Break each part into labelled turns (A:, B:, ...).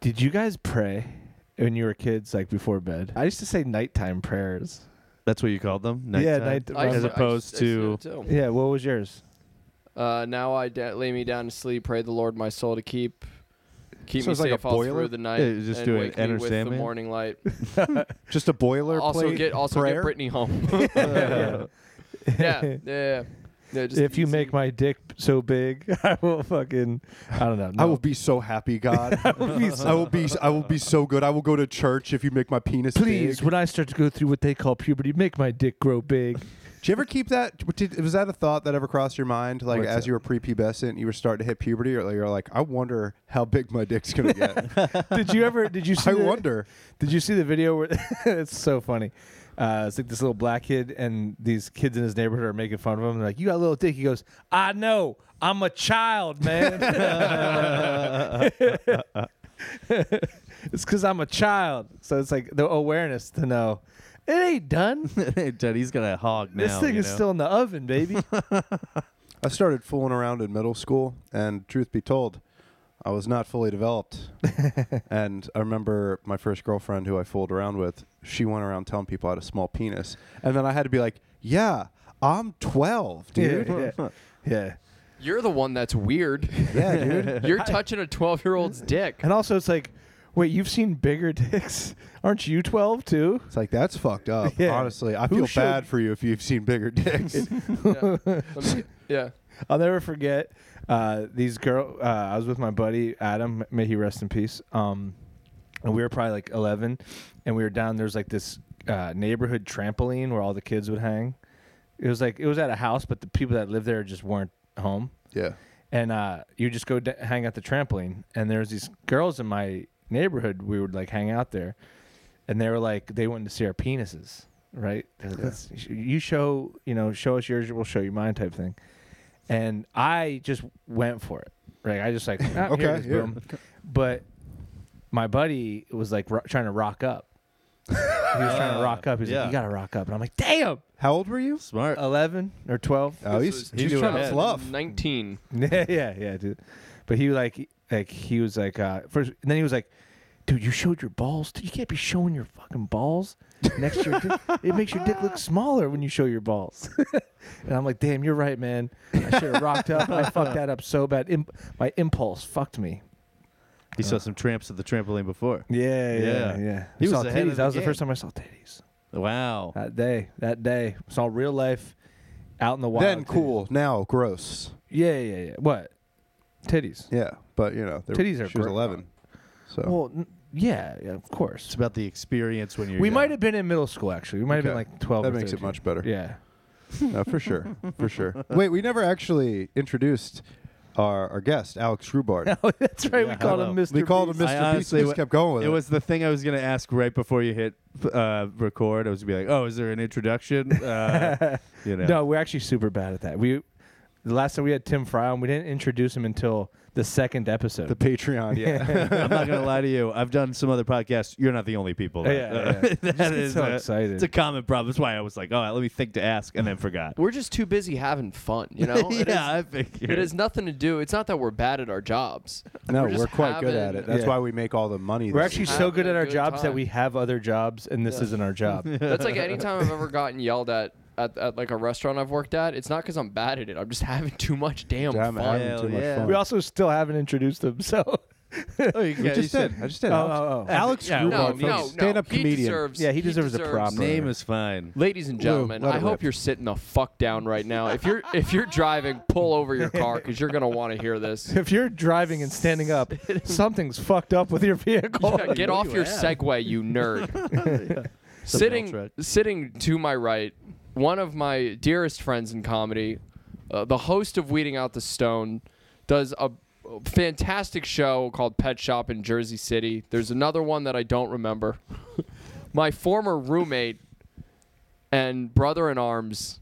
A: Did you guys pray when you were kids, like before bed? I used to say nighttime prayers.
B: That's what you called them.
A: Yeah,
B: Nighttime?
A: night-
C: I-
B: as
C: I-
B: opposed
C: I- I
B: to
C: said it too.
A: Yeah, what was yours?
C: Uh, now I da- lay me down to sleep, pray the Lord my soul to keep, keep
B: So
C: me
B: it's like a
C: safe all
B: boiler?
C: through the night,
B: Yeah, just
C: and
B: do it,
C: wake me
B: Enter
C: with the
B: Sandman.
C: morning light.
B: just a boilerplate.
C: also get also
B: prayer?
C: get Brittany home.
B: Uh,
C: yeah, yeah, yeah. yeah just
A: if you
C: easy.
A: make my dick so big, I will fucking. I don't know.
D: I will be so happy, God. I will be. So, I will be. so good. I will go to church if you make my penis.
A: Please,
D: big.
A: when I start to go through what they call puberty, make my dick grow big.
D: Did you ever keep that? Did, was that a thought that ever crossed your mind? Like
A: What's
D: as
A: that?
D: you were prepubescent, you were starting to hit puberty, or like, you're like, I wonder how big my dick's gonna get.
A: did you ever? Did you see?
D: I
A: the-
D: wonder.
A: Did you see the video where it's so funny? Uh, it's like this little black kid, and these kids in his neighborhood are making fun of him. They're like, "You got a little dick." He goes, "I know. I'm a child, man." it's because I'm a child, so it's like the awareness to know it ain't done.
B: Dude, he's gonna hog now.
A: this thing
B: you
A: is
B: know?
A: still in the oven, baby.
D: I started fooling around in middle school, and truth be told, I was not fully developed. and I remember my first girlfriend who I fooled around with, she went around telling people I had a small penis. And then I had to be like, yeah, I'm 12, dude.
A: Yeah, yeah, yeah.
C: you're the one that's weird.
D: Yeah, dude.
C: You're touching a 12 year old's dick.
A: And also, it's like, wait, you've seen bigger dicks? Aren't you 12 too?
D: It's like, that's fucked up.
A: Yeah.
D: Honestly, I
A: Who
D: feel
A: should-
D: bad for you if you've seen bigger dicks.
C: Yeah. Let me- yeah.
A: I'll never forget uh, these girl. Uh, I was with my buddy Adam. May he rest in peace. Um, and we were probably like 11, and we were down. There's like this uh, neighborhood trampoline where all the kids would hang. It was like it was at a house, but the people that lived there just weren't home.
D: yeah.
A: And uh, you just go d- hang out the trampoline. And there's these girls in my neighborhood. We would like hang out there, and they were like they wanted to see our penises, right? They're like,
D: Yeah.
A: "Let's- you show, you know, show us yours, we'll show you mine, type thing and I just went for it. Right, I just like ah,
D: Okay,
A: here it is,
D: yeah.
A: boom. But my buddy was like ro- trying to rock up. he was trying
D: Ah,
A: to rock up. He's
B: Yeah.
A: like, "You gotta rock up," and I'm like, "Damn!"
D: How old were you?
B: smart.
A: Eleven or twelve?
D: Oh,
C: This
D: he's,
C: was
D: he's
B: doing
D: trying to
B: it.
D: fluff.
C: 19.
A: yeah, yeah, yeah, dude. But he like like he was like uh first, and then he was like, "Dude, you showed your balls. Dude, you can't be showing your fucking balls next to your dick. It makes your dick look smaller when you show your balls." and I'm like, "Damn, you're right, man. I should have rocked up. I fucked that up so bad. Im- my impulse fucked me."
B: He saw some tramps at the trampoline before.
A: Yeah,
B: Yeah.
A: yeah, yeah.
B: He
A: I saw
B: was ahead of
A: titties.
B: the
A: That was the
B: game.
A: first time I saw titties.
B: Wow.
A: That day, that day, saw real life out in the wild.
D: Then
A: titties.
D: cool, now gross.
A: Yeah, yeah, yeah. What? Titties.
D: Yeah, but you know, there-
A: Titties are
D: she was
A: gro-
D: 11. So
A: Well, n- yeah, yeah, of
B: It's
A: course.
B: about the experience when you're.
A: We
B: young.
A: might have been in middle school actually. We might have been
D: Okay.
A: like twelve.
D: that
A: or
D: makes it
A: 13.
D: much better.
A: Yeah.
D: No, for sure, for sure. Wait, we never actually introduced our, our guest, Alex Grubard.
A: Oh, that's right.
B: Yeah,
A: we called him
B: hello.
A: Mr.
D: we called him
A: Beast.
B: I
D: Mr. Beast.
B: honestly
D: and
B: wa-
D: Just kept going with it.
B: It was the thing I was gonna ask right before you hit uh, record. I was gonna be like, "Oh, is there an introduction?" Uh, you know.
A: No, we're actually super bad at that. We the last time we had Tim Fry on, we didn't introduce him until the second episode.
D: the Patreon. Yeah,
B: I'm not gonna lie to you. I've done some other podcasts. You're not the only people. that-
A: Yeah, yeah, yeah. Just
B: that
A: get
B: is
A: so
B: a,
A: excited.
B: It's a common problem. That's why I was like, "Oh, let me think to ask," and then forgot.
C: We're just too busy having fun, you know?
B: yeah,
C: It is-
B: I figured.
C: It has nothing to do. It's not that we're bad at our jobs.
D: no,
C: We're
D: we're,
C: just
D: quite good at
C: having-
D: it. That's
A: Yeah.
D: why we make all the money.
A: we're
D: that
A: actually
D: we
A: so good at
C: having a
A: our
C: good
A: jobs that
C: time.
A: we have other jobs, and this
C: Yeah.
A: isn't our job.
C: That's like any time I've ever gotten yelled at, at at like a restaurant I've worked at. It's not because I'm bad at it. I'm just having too much damn,
D: Damn,
C: fun.
D: having
B: Hell
D: too much
B: yeah.
D: fun.
A: We also still haven't introduced him, so
B: oh, you
D: We
B: got- you
D: just did. I just did.
A: Oh,
D: Alex,
A: oh, oh.
D: Alex
B: Yeah,
D: Grubard,
C: No,
B: Well,
C: no,
D: folks,
C: no.
D: stand-up
C: he
D: comedian.
C: Deserves,
A: Yeah, he deserves a prop.
B: Name is fine.
C: Ladies and gentlemen,
D: let
C: I
D: it
C: hope
D: rip.
C: you're sitting the fuck down right now. If you're if you're driving, pull over your car because you're gonna want to hear this.
A: if you're driving and standing up, something's fucked up with your vehicle.
C: Yeah, get
B: what
C: off
B: do you
C: your
B: have?
C: Segway, you nerd.
B: It's a belt
C: sitting
B: truck.
C: sitting to my right, one of my dearest friends in comedy, uh, the host of Weeding Out the Stone, does a fantastic show called Pet Shop in Jersey City. There's another one that I don't remember. my former roommate and brother in arms,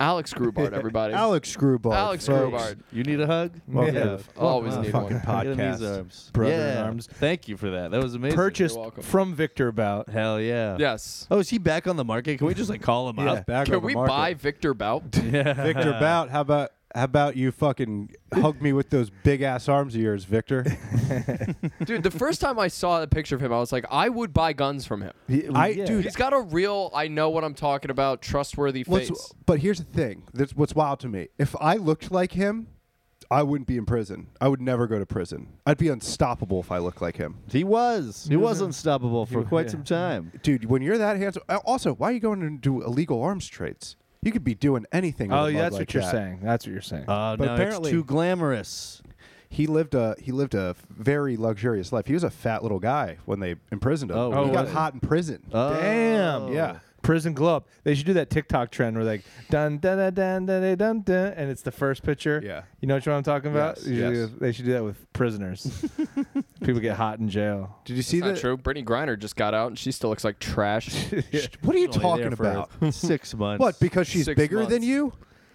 C: Alex Grubart, everybody.
D: Alex Grubard.
C: Alex
D: folks.
C: Grubard.
B: You need a hug?
A: Welcome to the-
C: Always need
D: fucking
B: Get
C: one.
B: in these
D: podcast.
B: arms.
A: Brother in
B: Yeah.
A: arms.
B: Thank you for that. That was amazing.
A: Purchased
C: You're welcome.
A: from Victor Bout.
B: Hell yeah.
C: Yes.
B: Oh, is he back on the market? Can we just like call him
D: Yeah,
B: up?
D: back on
C: Can
D: the
C: we
D: market.
C: buy Victor Bout?
B: Yeah.
D: Victor Bout? How about How about you fucking hug me with those big ass arms of yours, Victor?
C: Dude, the first time I saw the picture of him, I was like, I would buy guns from him.
A: Yeah,
D: I-
A: yeah.
D: dude,
C: He's got a real, I know what I'm talking about, trustworthy face.
D: What's, but here's the thing. That's what's wild to me. If I looked like him, I wouldn't be in prison. I would never go to prison. I'd be unstoppable if I looked like him.
B: He was. He was unstoppable for
A: He-
B: quite
A: yeah.
B: some time.
D: Dude, when you're that handsome. uh, Also, why are you going to do illegal arms trades? You could be doing anything. with
A: Oh,
D: a
A: yeah,
D: mug
A: that's
D: like
A: what you're
D: that.
A: saying. That's what you're saying.
B: Uh,
D: But
B: no, it's
D: apparently-
B: too glamorous.
D: He lived a he lived a very luxurious life. He was a fat little guy when they imprisoned him.
B: Oh,
D: he got
A: really?
D: hot in prison.
A: Damn.
B: Oh.
D: yeah.
A: Prison glow up. They should do that TikTok trend where like dun dun dun dun dun dun, dun dun, and it's the first picture.
D: Yeah.
A: You know what I'm talking about?
D: Yes,
A: You should
D: yes.
A: do- They should do that with prisoners. People get hot in jail.
D: Did you see
C: Not
D: that?
C: true. Brittany Griner just got out and she still looks like trash.
D: What are
B: Only
D: you talking
B: there for
D: about?
B: Six months.
D: What? Because she's
C: Six
D: bigger than
C: months.
D: you?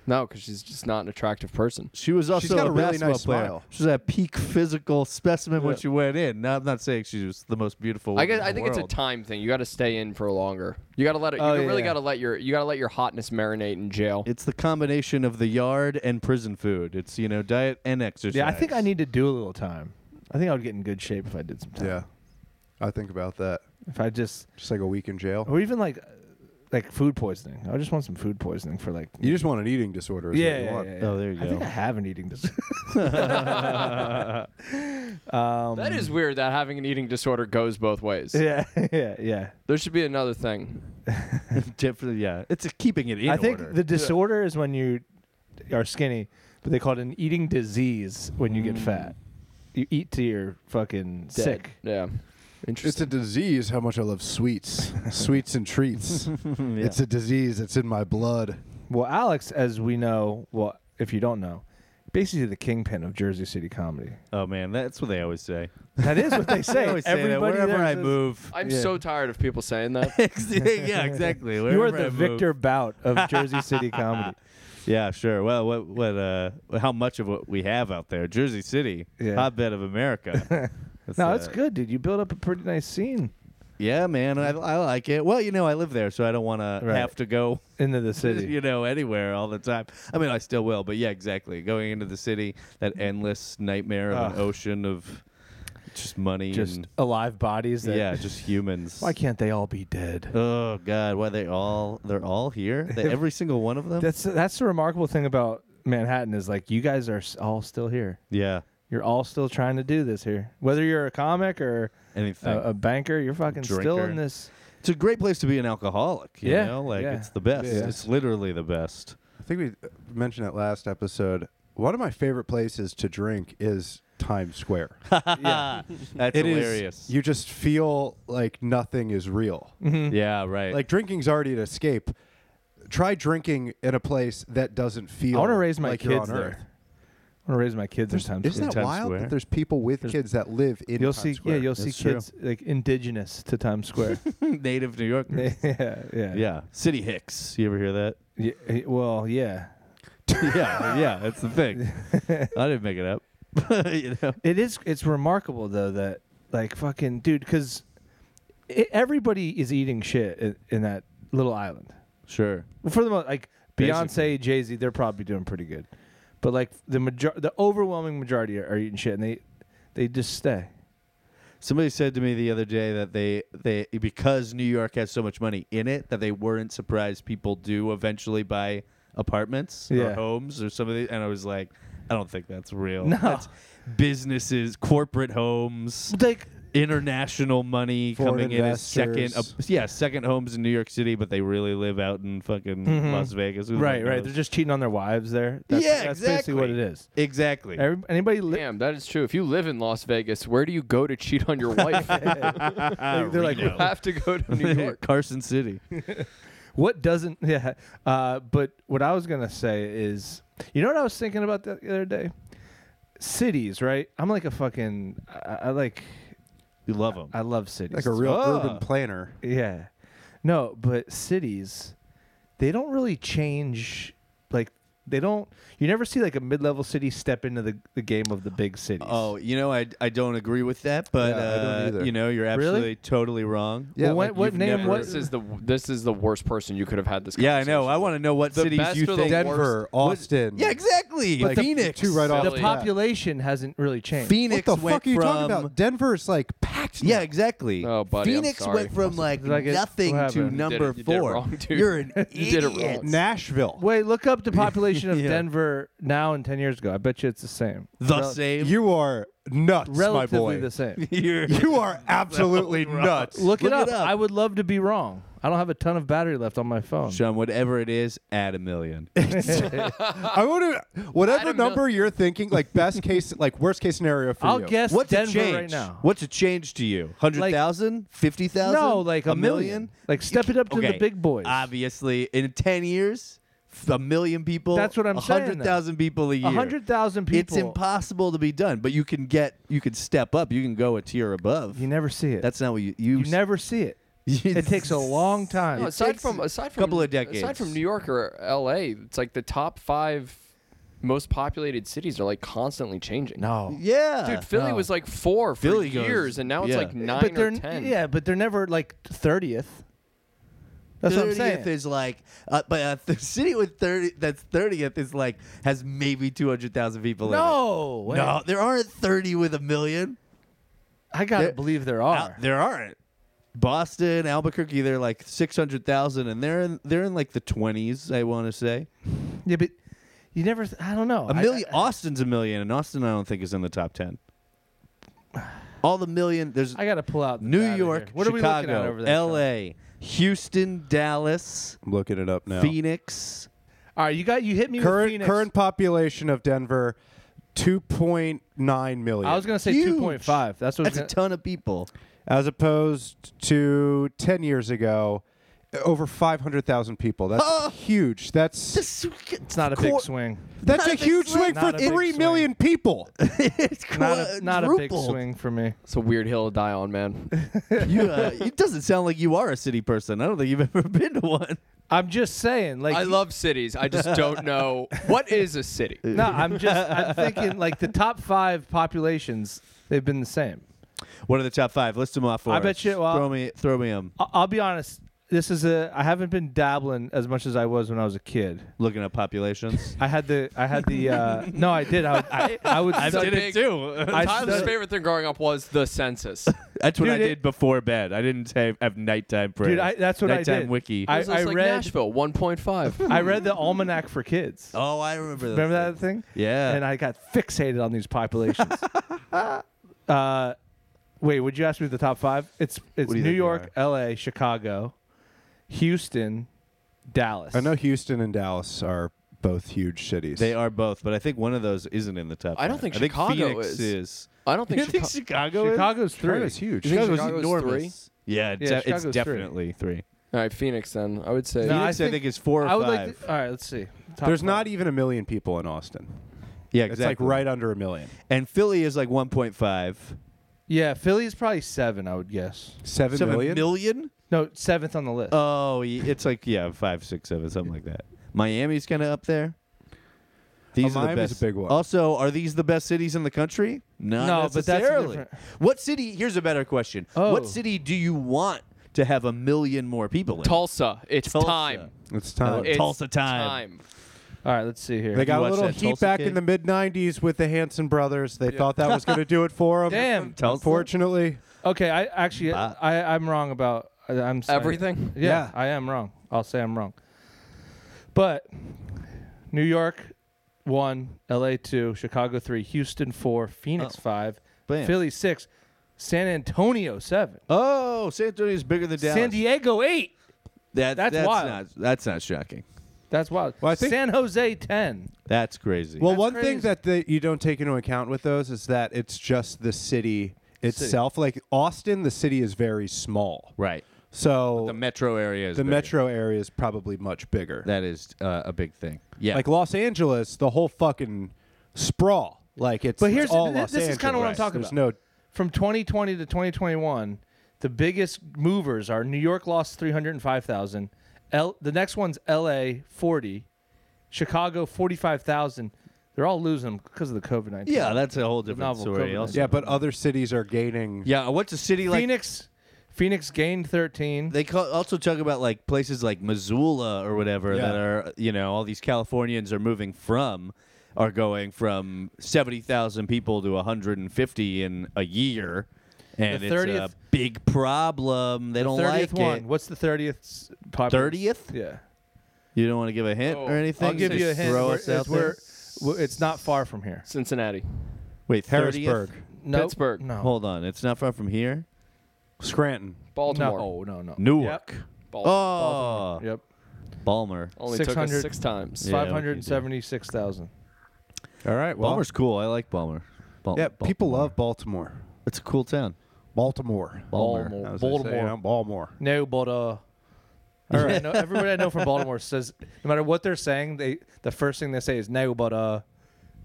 C: no, because she's just not an attractive person.
B: She was also
D: got a really
B: basketball
D: nice
B: player.
D: smile.
B: She's a peak physical specimen when
A: Yeah.
B: she went in. Now, I'm not saying she was the most beautiful.
C: I guess
B: woman
C: I
B: in the
C: think it's a
B: world.
C: time thing. You got to stay in for longer. You got to let it. You
A: Oh, yeah,
C: really
A: yeah.
C: got to let your. You got to let your hotness marinate in jail.
B: It's the combination of the yard and prison food. It's you know diet and exercise.
A: Yeah, I think I need to do a little time. I think I would get in good shape if I did some time.
D: Yeah. I think about that.
A: If I just,
D: Just like a week in jail.
A: or even like, uh, like food poisoning. I just want some food poisoning for like.
D: You just want an eating disorder. Is
A: yeah,
D: what you
A: yeah,
D: want.
A: yeah,
B: Oh, there you
A: I think
B: go.
A: I have an eating disorder.
D: um,
C: that is weird that having an eating disorder goes both ways.
A: yeah, yeah, yeah.
C: There should be another thing.
B: Definitely, yeah, it's a keeping it in
A: I think
B: order.
A: the disorder is when you are skinny, but they call it an eating disease when you
B: Mm.
A: get fat. You eat to your fucking
C: Dead.
A: sick.
C: Yeah.
D: It's a
C: Interesting.
D: disease how much I love sweets. sweets and treats.
B: Yeah.
D: It's a disease. It's in my blood.
A: Well, Alex, as we know, well, if you don't know, basically the kingpin of Jersey City comedy.
B: oh man, that's what they always say.
A: That is what they
B: They
A: say.
B: always say that
A: Everybody
B: wherever
A: there
B: I
A: says,
B: move.
C: I'm
A: yeah.
C: so tired of people saying that.
B: yeah, exactly.
A: you
B: Wherever
A: are
B: I
A: the
B: move.
A: Victor Bout of Jersey City comedy.
B: Yeah, sure. Well, what, what, uh, how much of what we have out there? Jersey City,
A: Yeah.
B: hotbed of America.
A: No,
B: uh,
A: that's good, dude. You built up a pretty nice scene
B: Yeah, man, I, I like it. Well, you know, I live there, so I don't want to
A: Right.
B: have to go,
A: into the city.
B: you know, anywhere all the time. I mean, I still will, but yeah, exactly. Going into the city, that endless nightmare of
A: Ugh.
B: an ocean of just money
A: Just
B: and
A: alive bodies. That,
B: yeah, just humans.
A: Why can't they all be dead?
B: oh God, why they all? They're all here. They- every single one of them.
A: That's that's the remarkable thing about Manhattan is like you guys are s- all still here.
B: yeah,
A: You're all still trying to do this here. Whether you're a comic or
B: anything.
A: a, a banker, you're fucking still
B: Drinker.
A: in this.
B: It's a great place to be an alcoholic. You
A: Yeah,
B: know? like
A: yeah.
B: it's the best.
D: Yeah.
B: It's literally the best.
D: I think we uh, mentioned it last episode. One of my favorite places to drink is Times Square.
A: yeah.
B: That's
D: It is-
B: hilarious.
D: you just feel like nothing is real.
B: yeah, right.
D: Like drinking's already an escape. Try drinking in a place that doesn't feel
A: I want to raise my
D: like you're
A: kids
D: on
A: there.
D: Earth.
A: I want to raise my kids in Times
D: Isn't
A: Square.
D: that
B: Times
D: wild
B: Square.
D: that there's people with
A: There's-
D: kids that live in
A: You'll
D: Times
A: see,
D: Square?
A: yeah, you'll see
B: That's true.
A: kids like indigenous to Times Square.
B: native New Yorker.
A: yeah, yeah,
B: Yeah, City Hicks. You ever hear that?
A: Yeah, eh, Well, yeah,
B: yeah, yeah, that's the thing. I didn't make it up. you know?
A: it is. It's remarkable though that like fucking dude, because everybody is eating shit in, in that little island.
B: Sure.
A: Well, for the most, like
B: Basically.
A: Beyonce, Jay Z, they're probably doing pretty good, but like the major, the overwhelming majority are, are eating shit, and they they just stay.
B: Somebody said to me the other day that they they because New York has so much money in it that they weren't surprised people do eventually buy apartments or
A: Yeah.
B: homes or some of these, and I was like, I don't think that's real.
A: No.
B: That's businesses, corporate homes.
A: Like
B: international money
D: Foreign
B: coming in as second,
D: investors.
B: uh, yeah, second homes in New York City, but they really live out in fucking
C: Mm-hmm.
A: Mhm.
B: Las Vegas. Who the
A: right,
B: fuck
A: right,
B: knows?
A: they're just cheating on their wives there.
B: Yeah,
A: that's basically what it
B: exactly.
A: is.
B: exactly.
A: Every, anybody, li-
C: Damn, that is true. If you live in Las Vegas, where do you go to cheat on your wife? you
A: like, they're like,
B: Reno.
C: have to go to New York.
B: Carson City.
A: what doesn't? Yeah, uh, but what I was gonna say is, you know what I was thinking about that the other day? Cities, right? I'm like a fucking, I, I like,
B: You love them.
A: I love cities,
D: like a real
B: Ah.
D: urban planner.
A: Yeah. No, but cities, they don't really change like they don't. You never see like a mid-level city step into the, the game of the big cities.
B: Oh, you know, I, I don't agree with that, but
D: Yeah, I don't
B: uh,
D: either.
B: you know, you're absolutely totally wrong.
D: Yeah,
A: well, what,
D: like,
A: what
B: you've
A: name?
B: never-
A: What
C: This is the this is the worst person you could have had this.
B: Yeah, I know. I want to know what
C: The
B: cities
C: best
B: you
C: or the
B: think.
C: worst?
D: Denver, Austin.
B: Yeah, exactly.
D: Like,
B: Phoenix.
D: Two right off
A: the
C: Philly.
D: bat.
A: population hasn't really changed.
B: Phoenix
D: What the
B: went
D: fuck are you talking
B: from-
D: about? Denver's like packed. now.
B: Yeah, exactly.
C: Oh, buddy, I'm
B: Phoenix
C: sorry.
B: went from like,
A: Like it-
B: nothing
A: what
B: to
A: happened? You
C: did it-
B: number
C: you did it
B: four.
C: wrong, dude.
B: You're an
C: You did it wrong.
B: idiot.
D: Nashville.
A: Wait, look up the population of
B: Yeah.
A: Denver now and ten years ago. I bet you it's the same.
B: The
A: Rel-
B: same.
D: You are nuts, my
A: Relatively
D: boy.
A: the same.
B: You're-
D: You are absolutely nuts.
A: Look, it,
B: Look
A: up.
B: it up.
A: I would love to be wrong. I don't have a ton of battery left on my phone.
B: Sean, whatever it is, add a million.
D: I want to whatever
C: don't know.
D: number you're thinking, like best case, like worst case scenario for
A: I'll
D: you.
A: guess
B: What's a
A: Denver
B: change?
A: right now.
B: What's a change to you? Hundred thousand? Fifty thousand?
A: No, like a, million. Like step it up to the
B: Okay.
A: big boys.
B: Obviously, in ten years, f- a million people.
A: That's what I'm saying, though.
B: hundred thousand people a year.
A: A hundred thousand people.
B: It's impossible to be done, but you can get. You can step up. You can go a tier above.
A: You never see it.
B: That's not what you. You,
A: you never see it. It takes a long time.
C: No, aside
B: takes
C: from aside from
B: couple of decades.
C: aside from New York or L.A., it's like the top five most populated cities are like constantly changing.
A: no.
B: Yeah,
C: Dude, Philly
A: no.
C: was like four for
B: Philly goes-
C: years, and now it's
B: yeah.
C: like nine
A: but
C: or
A: they're
C: ten.
A: yeah, but they're never like thirtieth. That's what I'm saying.
B: Thirtieth is like, uh, but uh, the city with thirty that's thirtieth is like has maybe two hundred thousand people.
A: no,
B: in
A: way.
B: it. no, there aren't thirty with a million.
A: I gotta
B: There-
A: believe there
B: Al-
A: are.
B: there aren't. Boston, Albuquerque, they're like six hundred thousand, and they're in, they're in like the twenties. I want to say
A: yeah, but you never. Th- I don't know.
B: a
A: I-
B: million.
A: I-
B: Austin's a million, and Austin I don't think is in the top ten. All the million. There's
A: I, gotta pull out the
B: New
A: data
B: York,
A: here. What
B: Chicago,
A: are we looking at over there? Sean?
B: L.A., Houston, Dallas,
D: I'm looking it up now.
B: Phoenix.
A: All right, you got you hit me with
D: current
A: Phoenix.
D: current population of Denver, two point nine million.
A: I was gonna say
B: Huge.
A: two point five. That's what I was
B: That's a
A: gonna-
B: ton of people.
D: as opposed to ten years ago, over five hundred thousand people. That's
B: Oh.
D: huge. That's
A: it's not a big swing.
D: that's
B: not
D: a
B: a big
D: huge
B: swing.
D: swing for
A: Not a big
D: three
A: swing.
D: million people.
B: it's
A: Not a, not a big
B: quadrupled.
A: swing for me.
C: It's a weird hill to die on, man.
B: You, uh, it doesn't sound like you are a city person. I don't think you've ever been to one.
A: I'm just saying, like
C: I love cities. I just don't know what is a city.
A: No, I'm just I'm thinking like the top five populations they've been the same.
B: What are the top five? List them off for
A: I
B: us.
A: bet you- well-
B: throw me, throw me them.
A: I- I'll be honest. This is a I haven't been dabbling as much as I was when I was a kid.
B: Looking at populations.
A: I had the I had the uh, no I did I I, I would
C: I
A: I,
C: did it
B: too.
A: I
C: Tyler's
A: said-
C: favorite thing growing up was the census.
B: That's what
A: Dude,
B: I
A: it-
B: did before bed. I didn't have, have nighttime prayers.
A: dude I, that's what
B: nighttime
A: I did.
B: wiki.
A: I,
C: It was just
A: I
C: like
A: read
C: Nashville, 1.5.
A: I read the almanac for kids.
B: oh, I remember.
A: Remember
B: those
A: that thing?
B: Yeah.
A: And I got fixated on these populations. uh, wait, would you ask me the top five? It's it's
B: What do you
A: New
B: think they
A: York, L.A., Chicago, Houston, Dallas.
D: I know Houston and Dallas are both huge cities.
B: They are both, but I think one of those isn't in the top.
C: I don't think
B: five. I
C: Chicago
B: think Phoenix
C: is.
B: is.
C: I don't think,
B: You think
C: Chica-
B: Chicago?
A: Chicago's three.
D: Chicago's huge.
C: You think
B: Chicago's
C: Chicago's
B: enormous. Yeah, de-
A: Chicago's three.
B: it's definitely three.
C: All right, Phoenix then. I would say
A: No,
B: Phoenix, I think, is four or
A: I would
B: five.
A: like. To, all right, let's see. Top
D: There's
A: five.
D: not even a million people in Austin.
B: yeah,
D: It's like right under a million.
B: And Philly is like 1.5.
A: Yeah, Philly's probably seven. I would guess.
D: Seven
B: Seven
D: million.
B: million?
A: No, seventh on the list.
B: Oh, y- it's like, yeah, five, six, seven, something like that. Miami's kind of up there. These
D: Uh,
B: are the
D: Miami's
B: best.
D: a big one.
B: Also, are these the best cities in the country? Not
A: No, but that's a
B: necessarily.
A: different-
B: What city? Here's a better question.
A: Oh.
B: What city do you want to have a million more people in?
C: Tulsa. It's
B: Tulsa.
C: time.
D: It's time.
C: It's
B: Tulsa time.
A: all right, let's see here.
D: They got a
B: watch
D: little
B: that
D: heat
B: Tulsa
D: back
B: King?
D: in the mid '90s with the Hanson brothers. They thought that was going to do it for them.
A: Damn.
B: Tulsa?
D: Unfortunately,
A: Okay, I actually
B: Bah.
A: I I'm wrong about I- I'm sorry.
C: Everything?
A: Yeah,
D: Yeah.
A: I am wrong. I'll say I'm wrong. But New York one, L.A. two, Chicago three, Houston four, Phoenix
B: Oh.
A: five,
B: Bam.
A: Philly six, San Antonio seven,
B: Oh, San Antonio's bigger than Dallas.
A: San Diego eight.
B: That-
A: That's
B: that's
A: wild.
B: Not, that's not shocking.
A: That's wild.
D: Well, I think-
A: San Jose ten.
B: That's crazy.
D: well,
A: That's
D: one
A: crazy.
D: thing that the, you don't take into account with those is that it's just the city itself. Like Austin, the city is very small,
B: right.
D: so
B: The metro area is
D: the
B: bigger.
D: metro area is probably much bigger.
B: That is uh, a big thing. Yeah.
D: Like Los Angeles, the whole fucking sprawl. Like it's
A: But
D: it's
A: here's-
D: all
A: th-
D: Los
A: this is
D: Angeles.
A: kinda what I'm talking
D: There's
A: about.
D: No,
A: from 2020 to 2021, the biggest movers are New York lost 305,000. L the next one's LA 40, Chicago, 45,000. They're all losing because of the COVID 19.
B: Yeah, that's a whole different
A: novel
B: story.
A: COVID.
B: Also.
D: Yeah, but other cities are gaining.
B: yeah. What's a city like?
A: Phoenix Phoenix gained 13.
B: They call, also talk about like places like Missoula or whatever
D: Yeah.
B: that are you know all these Californians are moving from are going from seventy thousand people to one hundred and fifty in a year, and
A: The
B: it's
A: 30th
B: a big problem. They don't
A: 30th
B: like
A: one.
B: it.
A: What's the 30th? Pop-
B: 30th?
A: Yeah.
B: You don't want to give a hint
C: Oh,
B: or
C: I'll
B: anything.
A: I'll give
B: Just
A: you a hint.
B: Throw
A: We're-
B: us out
A: it's, we're-
B: there.
A: we're- it's not far from here.
C: Cincinnati.
B: Wait, 30th?
D: Harrisburg,
A: No.
C: Pittsburgh.
A: No.
B: Hold on, it's not far from here.
D: Scranton.
C: Baltimore.
A: No, Oh, no, no.
B: Newark.
C: Baltimore.
B: Oh,
A: Yep.
B: Balmer.
C: Only took
A: 600.
C: us six times.
B: Yeah.
A: Five hundred seventy-six thousand.
D: All right. Well,
B: Balmer's cool. I like Balmer. Bal-
D: yeah,
B: Bal-
D: people love Baltimore.
B: It's a cool town.
D: Baltimore.
B: Balmer.
A: Baltimore.
D: As they say, you
A: Baltimore.
D: know, Baltimore.
A: No, but uh. All right. no, everybody I know from Baltimore says no matter what they're saying, they the first thing they say is no, but uh,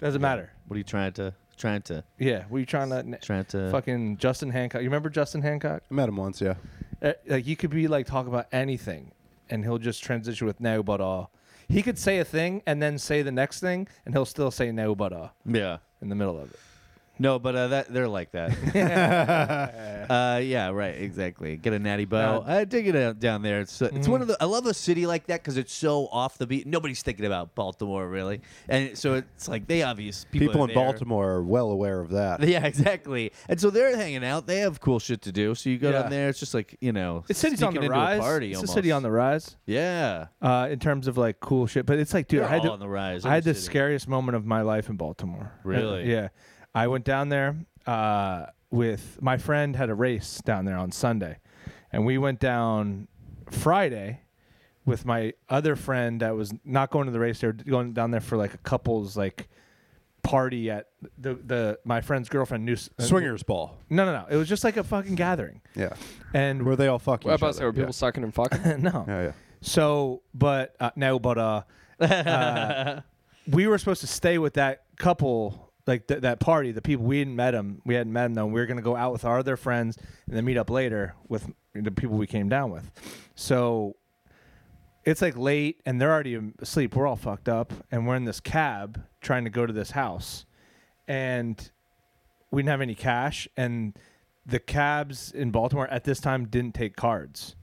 A: doesn't matter.
B: What are you trying to trying to
A: Yeah, were you trying to n-
B: trying to
A: fucking Justin Hancock? You remember Justin Hancock?
D: I met him once. Yeah.
A: Uh, like you could be like talking about anything, and he'll just transition with no, but uh. He could say a thing and then say the next thing, and he'll still say no, but uh,
B: Yeah.
A: in the middle of it.
B: No, but uh, that they're like that. uh, yeah, right, exactly. Get a natty bow.
A: Uh,
B: I dig it out down there. It's uh, it's one of
A: Mm.
B: the. I love a city like that because it's so off the beat. Nobody's thinking about Baltimore really, and so it's like they obvious people,
D: People
B: are
D: in
B: there.
D: Baltimore are well aware of that.
B: Yeah, exactly. And so they're hanging out. They have cool shit to do. So you go
A: Yeah.
B: down there. It's just like you know,
A: It's city's on
B: sneaking
A: the
B: into
A: rise.
B: A party
A: it's
B: almost.
A: a city on the rise.
B: Yeah,
A: uh, in terms of like cool shit. But it's like, dude,
B: They're
A: I had,
B: all
A: the,
B: on the rise.
A: I had
B: Every
A: the
B: city.
A: scariest moment of my life in Baltimore. Uh,
B: Really?
A: yeah. I went down there uh, with my friend had a race down there on Sunday, and we went down Friday with my other friend that was not going to the race. They were going down there for like a couple's like party at the the my friend's girlfriend knew s- uh,
D: Swingers ball.
A: No, no, no. It was just like a fucking gathering,
D: Yeah.
A: and
D: Where they all fuck
C: What
D: each
C: about
D: other.
C: there? Were people sucking and fucking?
A: no.
D: yeah. yeah, yeah.
A: So, but uh, no, but uh, uh, we were supposed to stay with that couple, like th- that party, the people we hadn't met them, we hadn't met them. Though. We were gonna go out with our other friends and then meet up later with the people we came down with. So it's like late and they're already asleep. We're all fucked up and we're in this cab trying to go to this house, and we didn't have any cash and. The cabs in Baltimore at this time didn't take cards.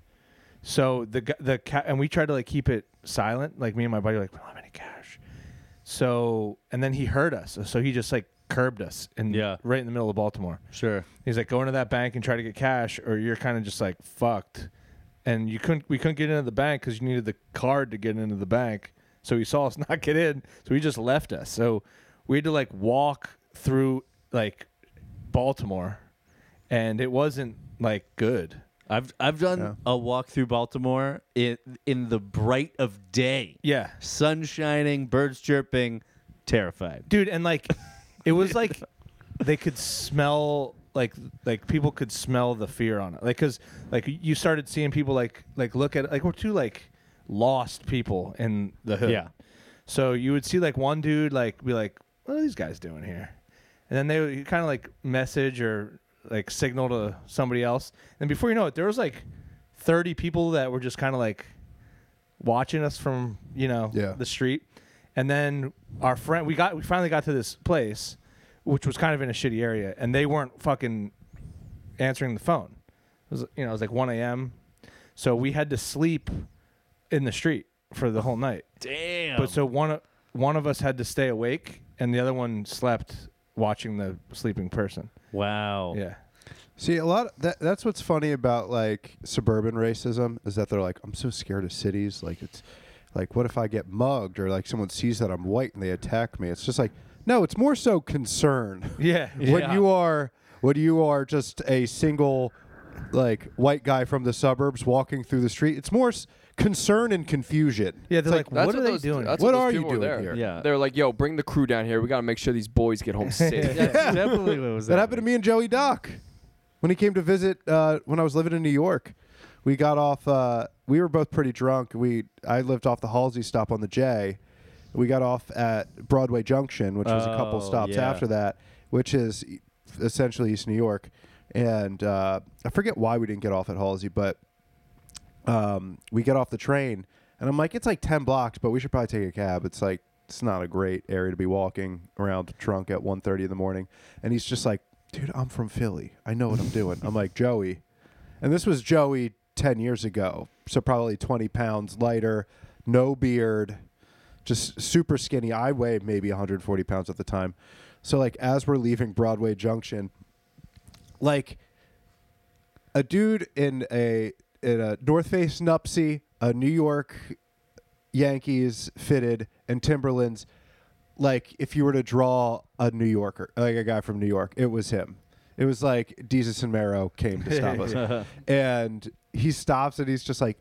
A: So the gu- the ca- and we tried to like keep it silent. Like me and my buddy, were like we don't have any cash. So and then he heard us. So he just like curbed us and
B: Yeah.
A: right in the middle of Baltimore.
B: sure.
A: He's like, go into that bank and try to get cash, or you're kind of just like fucked. And you couldn't we couldn't get into the bank because you needed the card to get into the bank. So he saw us not get in, so he just left us. So we had to like walk through like Baltimore, and it wasn't like good.
B: I've I've done
D: Yeah.
B: a walk through Baltimore in in the bright of day.
A: Yeah.
B: Sun shining, birds chirping, terrified.
A: dude and like it was like they could smell like like people could smell the fear on it like because like you started seeing people like like look at like we're two like lost people in the hood
B: Yeah.
A: so you would see like one dude like be like what are these guys doing here and then they would kind of like message or like signal to somebody else and before you know it there was like 30 people that were just kind of like watching us from you know
D: Yeah.
A: the street and then our friend we got we finally got to this place which was kind of in a shitty area and they weren't fucking answering the phone it was you know it was like 1 a.m so we had to sleep in the street for the whole night
B: Damn.
A: but so one o- one of us had to stay awake and the other one slept watching the sleeping person
B: wow.
A: yeah
D: See, a lot that that's what's funny about like suburban racism is that they're like, I'm so scared of cities. Like it's like what if I get mugged or like someone sees that I'm white and they attack me? It's just like no, it's more so concern.
A: yeah
D: When you are when you are just a single like white guy from the suburbs walking through the street, it's more s- concern and confusion.
A: yeah they're
D: It's
A: like,
C: That's
A: what are they
C: those-
A: doing
C: That's
D: What
C: those
D: are you
C: people were
D: doing
C: there.
D: here?
B: Yeah.
C: They're like, yo, bring the crew down here. We got to make sure these boys get home safe.
B: That's definitely what was
D: That happened to me and Joey Doc when he came to visit uh, when I was living in New York. We got off. Uh, we were both pretty drunk. We I lived off the Halsey stop on the J. We got off at Broadway Junction, which was a couple
B: Oh,
D: stops
B: yeah.
D: after that, which is e- essentially East New York. And uh, I forget why we didn't get off at Halsey, but um, we get off the train And I'm like, it's like 10 blocks, but we should probably take a cab. It's like, it's not a great area to be walking around drunk at 1.30 in the morning. And he's just like, dude, I'm from Philly. I know what I'm doing. I'm like, Joey. And this was Joey 10 years ago. So probably 20 pounds lighter, no beard, just super skinny. I weighed maybe 140 pounds at the time. So like as we're leaving Broadway Junction, like a dude in a in a North Face Nupsy, a New York Yankees fitted, and Timberlands. Like if you were to draw a New Yorker, like a guy from New York, it was him. It was like Jesus and Mero came to stop us, and he stops and he's just like,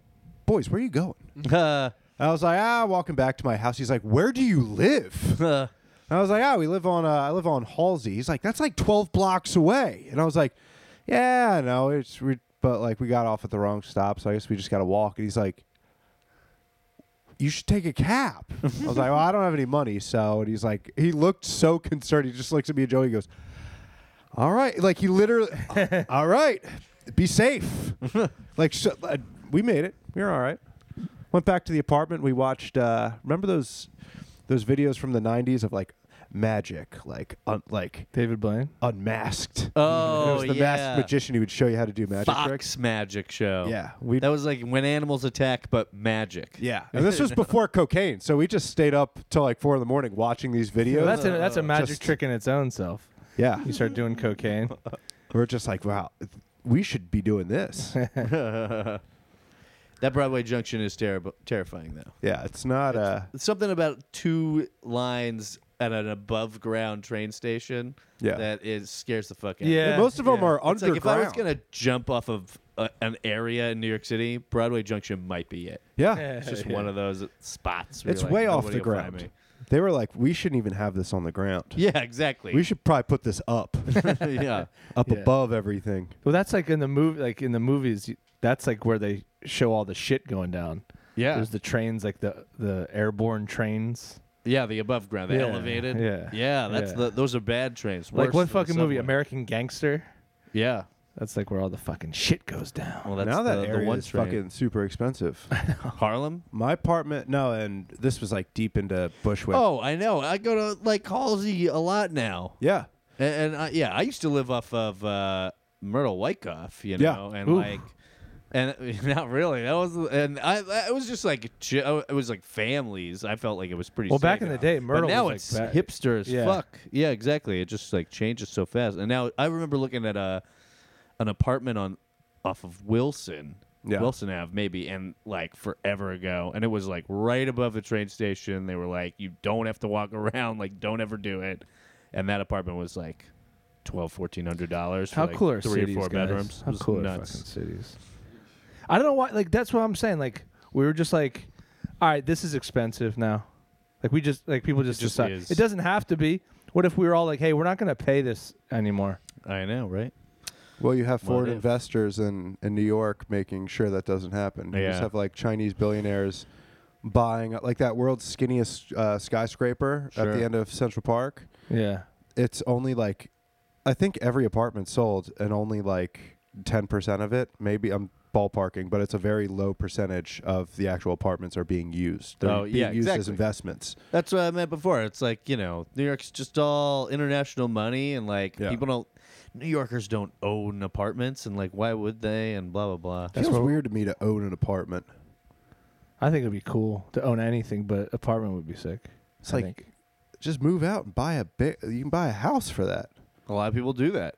D: "Boys, where are you going?"
B: Uh,
D: And I was like, "Ah, walking back to my house." He's like, "Where do you live?"
B: uh,
D: And I was like, oh, we live on, uh, I live on Halsey. He's like, that's like 12 blocks away. And I was like, yeah, I know. It's, we, but like, we got off at the wrong stop. So I guess we just got to walk. And he's like, you should take a cab. I was like, well, I don't have any money. So, and he's like, he looked so concerned. He just looks at me and Joey and goes, all right. Like, he literally, all right, be safe. like, so, uh, we made it. We were all right. Went back to the apartment. We watched, uh, remember those those videos from the 90s of like magic like un- like
A: David Blaine.
D: unmasked
B: Oh,
D: it was the
B: yeah.
D: masked magician who would show you how to do magic
B: Fox
D: tricks
B: Magic Show.
D: yeah we
B: That was like when animals attack, but magic.
D: yeah and this was before cocaine so we just stayed up till like four in the morning watching these videos
A: Well, that's a, that's a magic
D: Just-
A: trick in its own self.
D: yeah
A: You start doing cocaine.
D: we're just like wow we should be doing this
B: That Broadway Junction is terrible, terrifying though.
D: yeah it's not uh
B: It's something about two lines at an above ground train station
D: Yeah.
B: that is scares the fuck out. of me.
A: Yeah,
D: most of them
A: yeah.
D: are
B: It's like
D: underground
B: if I was gonna jump off of uh, an area in New York City, Broadway Junction might be it.
D: yeah
B: It's just
A: Yeah.
B: one of those spots. where
D: it's
B: you're like,
D: way off the
B: "Nobody will find
D: ground
B: me."
D: they were like we shouldn't even have this on the ground
B: Yeah, exactly.
D: we should probably put this up
B: yeah,
D: up
A: Yeah.
D: above everything
A: Well, that's like in the movie, like in the movies. you- That's like where they show all the shit going down.
B: yeah,
A: There's the trains, like the the airborne trains.
B: yeah. The above ground, the
A: Yeah,
B: elevated.
A: yeah,
B: yeah. That's
A: yeah.
B: The, those are bad trains.
A: Like
B: worse
A: one
B: than
A: fucking movie,
B: subway.
A: American Gangster.
B: Yeah.
A: That's like where all the fucking shit goes down.
B: Well, that's
D: now that
B: the,
D: area
B: the one
D: is
B: train.
D: fucking super expensive
B: Harlem.
D: My apartment, no, and this was like deep into Bushwick.
B: Oh, I know. I go to like Halsey a lot now,
D: yeah,
B: and, and I, yeah, I used to live off of uh, Myrtle Wyckoff, you
D: Yeah.
B: know, and
A: Ooh.
B: like, and not really. That was, and I, I- it was just like j- oh, it was like families. I felt like it was pretty.
A: Well,
B: safe.
A: back in the day, Myrtle
B: But now
A: was,
B: it's
A: like, back-
B: hipster as
A: Yeah.
B: fuck. Yeah, exactly. It just like changes so fast. And now I remember looking at uh, a an apartment on off of Wilson.
D: Yeah.
B: Wilson Ave, maybe, and like forever ago. And it was like right above the train station. They were like, you don't have to walk around. Like, don't ever do it. And that apartment was like twelve, fourteen hundred dollars.
A: How
B: for, like,
A: cool are
B: three
A: cities,
B: or four
A: guys?
B: bedrooms? It
A: How
B: was
A: cool are
B: nuts.
A: fucking cities? I don't know why. Like that's what I'm saying. Like we were just like, all right, this is expensive now. Like we just like people just,
B: just
A: decide
B: is.
A: it doesn't have to be. What if we were all like, hey, we're not gonna pay this anymore?
B: I know, right?
D: well, you have foreign
B: if?
D: investors in in New York making sure that doesn't happen. You
B: Yeah.
D: just have like Chinese billionaires buying like that world's skinniest uh, skyscraper at
B: Sure.
D: the end of Central Park.
A: Yeah.
D: It's only like, I think every apartment sold, and only like ten percent of it. Maybe I'm ballparking, but it's a very low percentage of the actual apartments are being used. They're
B: Oh,
D: being
B: yeah,
D: used as
B: exactly.
D: investments.
B: That's what I meant before. It's like, you know, New York's just all international money and like
D: Yeah.
B: people don't New Yorkers don't own apartments and like why would they and blah blah blah.
D: That's weird to me to own an apartment.
A: I think it'd be cool to own anything, but apartment would be sick.
D: It's
A: I
D: like
A: think.
D: just move out and buy a big. You can buy a house for that.
B: A lot of people do that.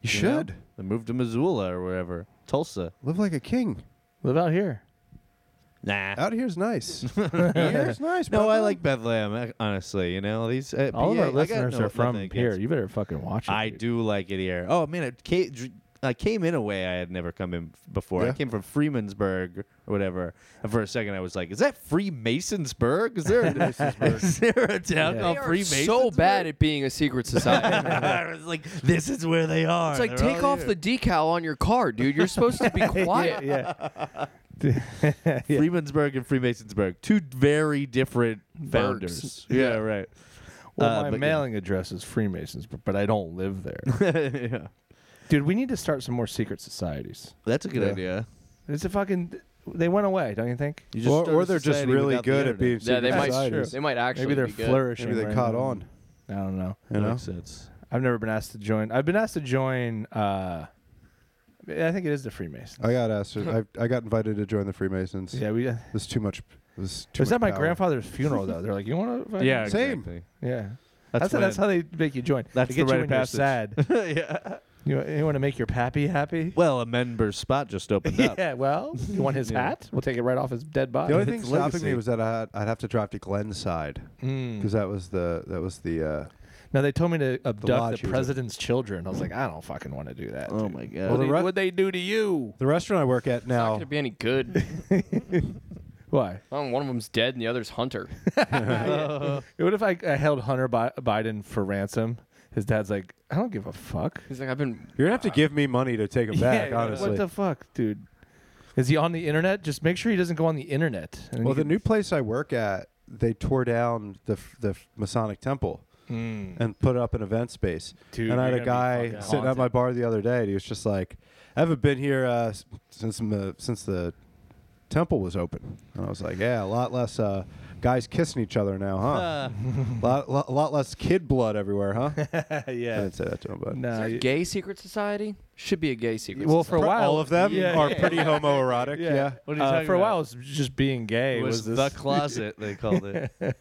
D: You
B: you know?
D: should
B: They move to Missoula or wherever. Tulsa.
D: live like a king.
A: live out here.
B: Nah.
D: Out here's nice. here's nice.
B: no, I
D: brother.
B: like Bethlehem, eh, honestly, you know. These uh,
A: All of
B: PA,
A: our
B: I got
A: listeners
B: no-
A: are from
B: nothing
A: here.
B: against-
A: You better fucking watch it.
B: I
A: dude.
B: do like it here. Oh man, it came, I came in a way I had never come in before. I
D: Yeah.
B: came from Freemansburg or whatever. And for a second, I was like, "Is that Freemasonsburg? Is there, is there a town
A: Yeah.
B: called
C: They are
B: Freemasons?"
C: so bad at being a secret society.
B: I was like, "This is where they are."
C: It's like
B: They're
C: take
B: all
C: off
B: here.
C: the decal on your car, dude. You're supposed to be quiet.
A: Yeah.
B: Freemansburg and Freemasonsburg, two very different founders. Yeah, right.
A: Well,
B: Uh,
A: my
B: but yeah.
A: mailing address is Freemasons, but, but I don't live there.
B: yeah,
A: Dude, we need to start some more secret societies.
B: that's a good
D: Yeah.
B: idea.
A: It's a fucking they went away, don't you think?
B: You
D: or,
B: start a
D: or they're just
B: society
D: really
B: without the
D: good at
B: internet.
D: being
C: Yeah, they
D: secret
C: might.
A: true.
D: societies.
C: They might actually.
A: Maybe they're
C: be good.
A: flourishing.
D: Maybe they
A: right
D: caught
A: now.
D: on.
A: I don't know.
D: um, You know,
B: Makes sense.
A: I've never been asked to join. I've been asked to join. uh I think it is the Freemasons.
D: I got asked. I, I got invited to join the Freemasons.
A: Yeah, we.
D: it was too much. It was too
A: was
D: much
A: at my
D: power.
A: grandfather's funeral though. They're like, "You want to?"
B: Yeah,
D: Same.
B: exactly.
A: yeah. That's that's,
B: when-
A: how they make you join.
B: That's
A: they get
B: the
A: you
B: rite
A: when
B: of
A: you're
B: passage.
A: sad.
B: yeah.
A: you, you want to make your pappy happy?
B: Well, a member's spot just opened up.
A: yeah. Well, you want his
B: Yeah.
A: hat? We'll take it right off his dead body.
D: The only thing
B: It's
D: stopping
B: legacy.
D: me was that I had, I'd have to drive to Glenside
A: Mm.
D: because that was the that was the uh,
A: Now they told me to
D: lodge
A: abduct
D: he
A: the
D: was Um, in.
A: president's children. I was like, I don't fucking want to do that.
B: Oh
A: dude.
B: my
A: What
D: Well,
B: god.
D: the
A: they-
D: re-
A: what'd they do to you?
D: the restaurant I work at
C: It's not
D: now.
C: gonna be any good.
A: Why?
C: Oh, one of them's dead and the other's Hunter.
A: What if I, I held Hunter Bi- Biden for ransom? His dad's like, I don't give a fuck.
C: He's like, I've been.
D: You're gonna have to give me money to take him back.
A: Yeah,
D: honestly.
A: What the fuck, dude? Is he on the internet? Just make sure he doesn't go on the internet. And then
D: well,
A: you
D: the new place I work at, they tore down the f- the f- Masonic temple
A: can- Mm.
D: and put up an event space.
A: Dude,
D: and I had
A: you're gonna
D: a
A: be
D: guy
A: fucking
D: sitting at
A: haunted.
D: my bar the other day, and he was just like, "I haven't been here uh, s- since the, since the temple was open." And I was like, "Yeah, a lot less uh, guys kissing each other now, huh?
B: Uh,
D: A lot, lot, lot less kid blood everywhere, huh?" I
A: yeah.
D: didn't say that to him, but
A: No. you-
C: Gay secret society should be a gay secret.
A: Uh, Well,
C: society.
A: for a
D: Pro-
A: while,
D: all of them
A: Yeah.
D: are pretty homoerotic. Yeah.
B: What are you
A: Uh,
B: talking
A: for a
B: about?
A: while, it was just being gay.
B: It was,
A: Was, this?
B: the closet they called it.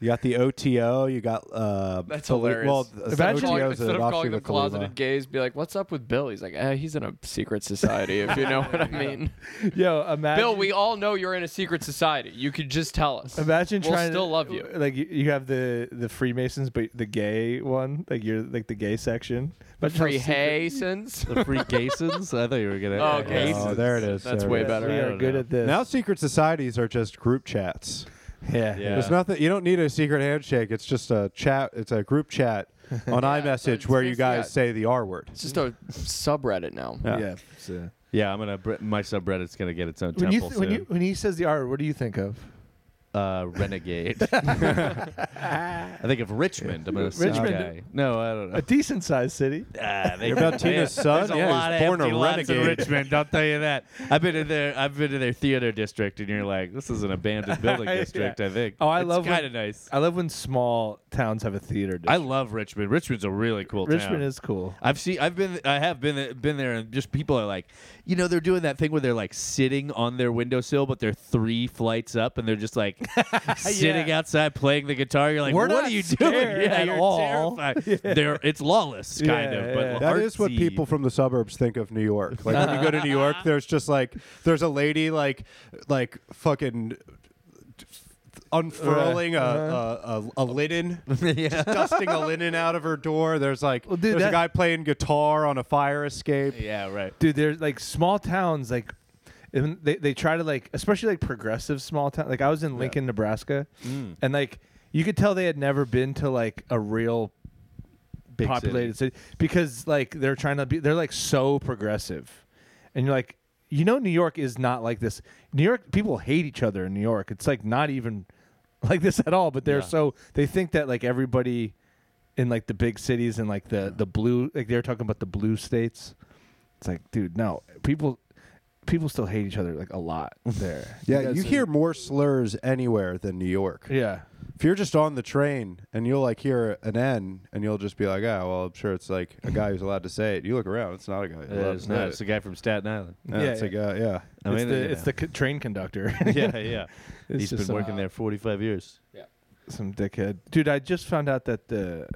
D: you got the OTO. You got uh,
C: That's
D: the-
C: hilarious.
D: Well, the
A: Imagine-
D: OTO
C: Calling-
D: is
C: instead
D: an
C: of
D: offshoot
C: calling them
D: of Kalima.
C: closeted gays, be like, "What's up with Bill?" He's like, eh, "He's in a secret society, if you know what I mean."
A: Yo, imagine.
C: Bill, we all know you're in a secret society. You could just tell us.
A: Imagine
C: We'll
A: trying to-
C: still love you.
A: Like you, you have the the Freemasons, but the gay one, like you're like the gay section. But
C: Free Haysons.
B: the free Gasons? I thought you were gonna.
C: Oh, okay.
D: Oh, there it is.
C: That's
D: there it
C: way
D: is.
C: better.
A: we
B: I
A: are
B: don't
A: good
B: know.
A: at this.
D: Now secret societies are just group chats.
A: yeah,
B: Yeah.
D: There's nothing. You don't need a secret handshake. It's just a chat. It's a group chat on iMessage
C: it's
D: where you
C: basically
D: guys
C: a-
D: say the R word.
C: It's just a subreddit now.
A: yeah.
D: Yeah.
A: so-
B: Yeah, I'm gonna. Br- my subreddit's gonna get its own
A: When you
B: temple
A: th- when you
B: soon.
A: when he says the R, what do you think of?
B: uh, renegade. I think of Richmond. I'm gonna say
A: Richmond.
B: guy. No, I don't know.
A: A decent sized city.
B: Ah, they,
D: You're about
B: they-
D: Tina's son?
B: There's a
D: Yeah, he was
B: lot of
D: born a
B: empty lots in
D: renegade.
B: Richmond. I'll tell you that. I've been in their I've been in their theater district, and you're like, this is an abandoned building
A: Yeah.
B: district. I think.
A: Oh, I love when-
B: Kind of nice.
A: I love when small towns have a theater.
B: I
A: District.
B: love Richmond. Richmond's a really cool town.
A: Richmond is cool.
B: I've seen. I've been. I have been. Been there, and just people are like, you know, they're doing that thing where they're like sitting on their windowsill, but they're three flights up, and they're just like sitting outside playing the guitar. You're like,
A: We're
B: what
A: not
B: are you doing?
A: scared
B: Yeah,
A: at
B: you're
A: all.
B: terrified. They're it's lawless, kind
A: Yeah,
B: of. But
A: yeah.
D: That is what
B: artsy.
D: people from the suburbs think of New York. Like when you go to New York, there's just like there's a lady like like fucking unfurling a, a, a, a linen, just dusting a linen out of her door. There's like
A: Well, dude,
D: there's
A: that-
D: a guy playing guitar on a fire escape.
B: Yeah, right.
A: dude there's like small towns like and they, they try to like especially like progressive small town like i was in lincoln nebraska
B: Mm.
A: and like you could tell they had never been to like a real
B: Big
A: populated city. because like they're trying to be they're like so progressive and you're like you know new york is not like this new york people hate each other in new york it's like not even like this at all but they're
B: Yeah.
A: so they think that like everybody in like the big cities and like the the blue like they're talking about the blue states it's like dude no people people still hate each other like a lot there
D: Yeah,
A: guys
D: you
A: are-
D: hear more slurs anywhere than New York.
A: yeah
D: if you're just on the train and you'll like hear an N and you'll just be like, ah, well, I'm sure it's like a guy who's allowed to say it. You look around, it's not a guy. Who's allowed
B: it's
D: to
B: not. It's
D: Say
B: a guy from Staten Island.
D: it. No,
A: Yeah,
D: it's
A: yeah.
D: a guy. Yeah.
B: I
A: it's
B: mean,
A: the
B: you
A: it's
B: know.
A: the co- train conductor
B: yeah, yeah.
A: It's
B: He's
A: just
B: been
A: some-
B: working there 45 years.
A: some dickhead dude i just found out that the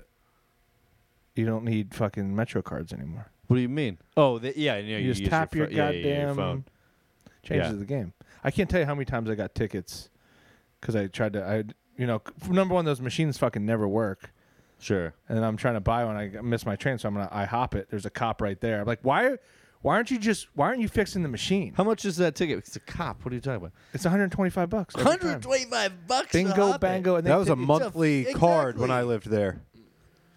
A: you don't need fucking metro cards anymore
B: What do you mean? Oh, the, yeah, yeah.
A: you, just
B: use
A: tap your,
B: pho- yeah, yeah,
A: goddamn
B: yeah, your phone.
A: changes
B: Yeah.
A: the game. I can't tell you how many times I got tickets because I tried to. I you know c- number one those machines fucking never work,
B: Sure.
A: and I'm trying to buy one. I g- miss my train, so I'm gonna I hop it. There's a cop right there. I'm like, why? Why aren't you just? Why aren't you fixing the machine?
B: How much is that ticket? It's a cop. What are you talking about?
A: It's 125 bucks. every time.
B: 125 bucks. to
A: Bingo,
B: hop it.
A: bango, and they
D: That was a
A: take you-
D: monthly card when I
B: exactly.
D: lived there.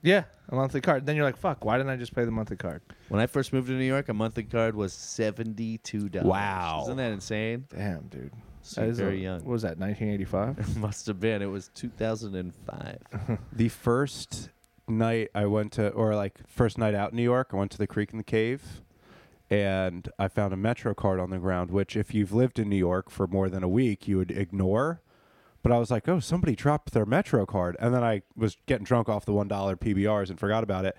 A: yeah, a monthly card. Then you're like, fuck, why didn't I just pay the monthly card?
B: When I first moved to New York, a monthly card was $72.
D: Wow.
B: Isn't that insane?
A: Damn, dude,
B: So
A: that is
B: very
A: a-
B: young.
A: What was that? 1985.
B: Must have been. It was 2005.
D: The first night I went to, or like first night out in New York, I went to the creek in the cave and I found a Metro card on the ground, which if you've lived in New York for more than a week, you would ignore. But I was like, oh, somebody dropped their Metro card, and then I was getting drunk off the one dollar PBRs and forgot about it.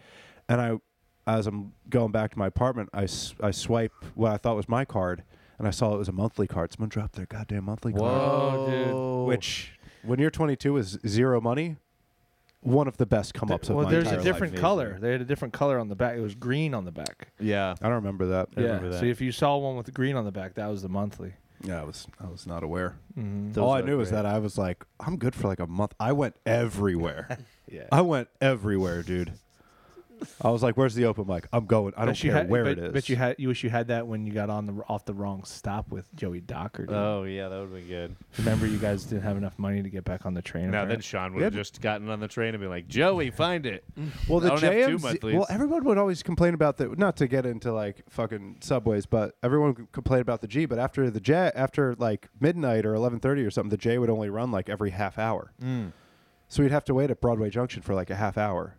D: And I, as I'm going back to my apartment, I, s- I swipe what I thought was my card, and I saw it was a monthly card. Someone dropped their goddamn monthly card,
C: Whoa,
D: which when you're 22 is zero money. One of the best come ups of
A: well,
D: my
A: there's
D: entire
A: a
D: life.
A: different
B: life.
A: color. They had a different color on the back. It was green on the back.
B: Yeah.
D: I don't remember that.
B: I remember
A: yeah.
B: that.
A: So if you saw one with green on the back, that was the monthly.
D: Yeah, I was I was not aware.
A: Mm-hmm.
B: Those
D: All I
B: are
D: knew was
B: great.
D: that I was like, I'm good for like a month. I went everywhere.
A: Yeah.
D: I went everywhere, dude. I was like, "Where's the open mic? I'm going. I don't
A: you
D: care
A: had,
D: where
A: but,
D: it is."
A: But you had you wish you had that when you got on the off the wrong stop with Joey Docker. dude.
B: Oh yeah, that would be good.
A: Remember, you guys didn't have enough money to get back on the train.
B: Now then,
A: apparently.
B: Sean would have
D: Yeah.
B: just gotten on the train and be like, "Joey, find it."
D: well, the
B: I don't have two
D: JMZ
B: monthlies.
D: well, everyone would always complain about the not to get into like fucking subways, but everyone would complain about the G. But after the J, after like midnight or 11:30 or something, the J would only run like every half hour.
A: Mm.
D: So we'd have to wait at Broadway Junction for like a half hour,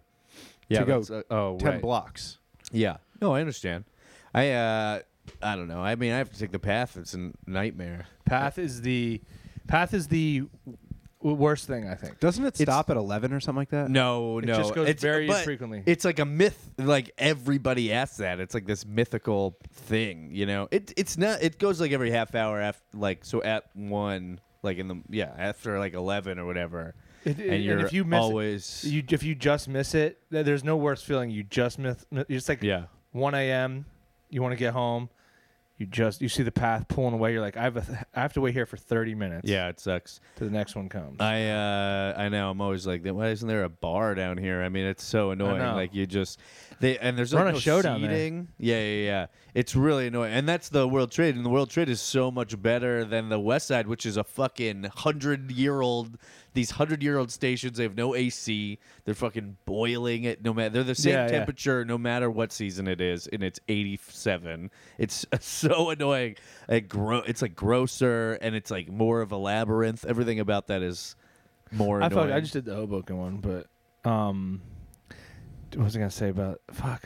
B: Yeah.
D: To go
B: that's, uh, oh,
D: ten
B: right.
D: blocks.
B: Yeah. No, I understand. I uh, I don't know. I mean, I have to take the path. It's a nightmare.
A: path is the path is the w- worst thing I think.
D: Doesn't it
B: It's-
D: stop at 11 or something like that?
B: No,
A: Uh, It
B: no.
A: just goes
B: it's,
A: very
B: but
A: infrequently.
B: It's like a myth. Like everybody asks that. It's like this mythical thing, you know. It it's not. It goes like every half hour after, like so at one, like in the yeah after like eleven or whatever.
A: It- it-
B: and you're
A: if you miss it-
B: always
A: You if you just miss it, th- there's no worse feeling. You just miss. mi- It's like
B: yeah
A: 1 a.m. You want to get home. You just you see the path pulling away. You're like, I have a th- I have to wait here for 30 minutes.
B: yeah it sucks.
A: till the next one comes.
B: I uh, I know. I'm always like, why isn't there a bar down here? I mean, it's so annoying.
A: know.
B: Like you just they and there's
A: Run
B: like
A: a
B: no
A: show down there.
B: seating. Yeah, yeah, yeah. It's really annoying. And that's the World Trade, and the World Trade is so much better than the West Side, which is a fucking hundred year old. These hundred year old stations, they have no AC. They're fucking boiling it. No matter they're the same
A: Yeah, yeah.
B: temperature, no matter what season it is, and it's 87. It's so annoying. It gro- it's like grosser, and it's like more of a labyrinth. Everything about that is more
A: I
B: annoying.
A: fuck, I just did the Hoboken one, but um, what was I gonna say about fuck?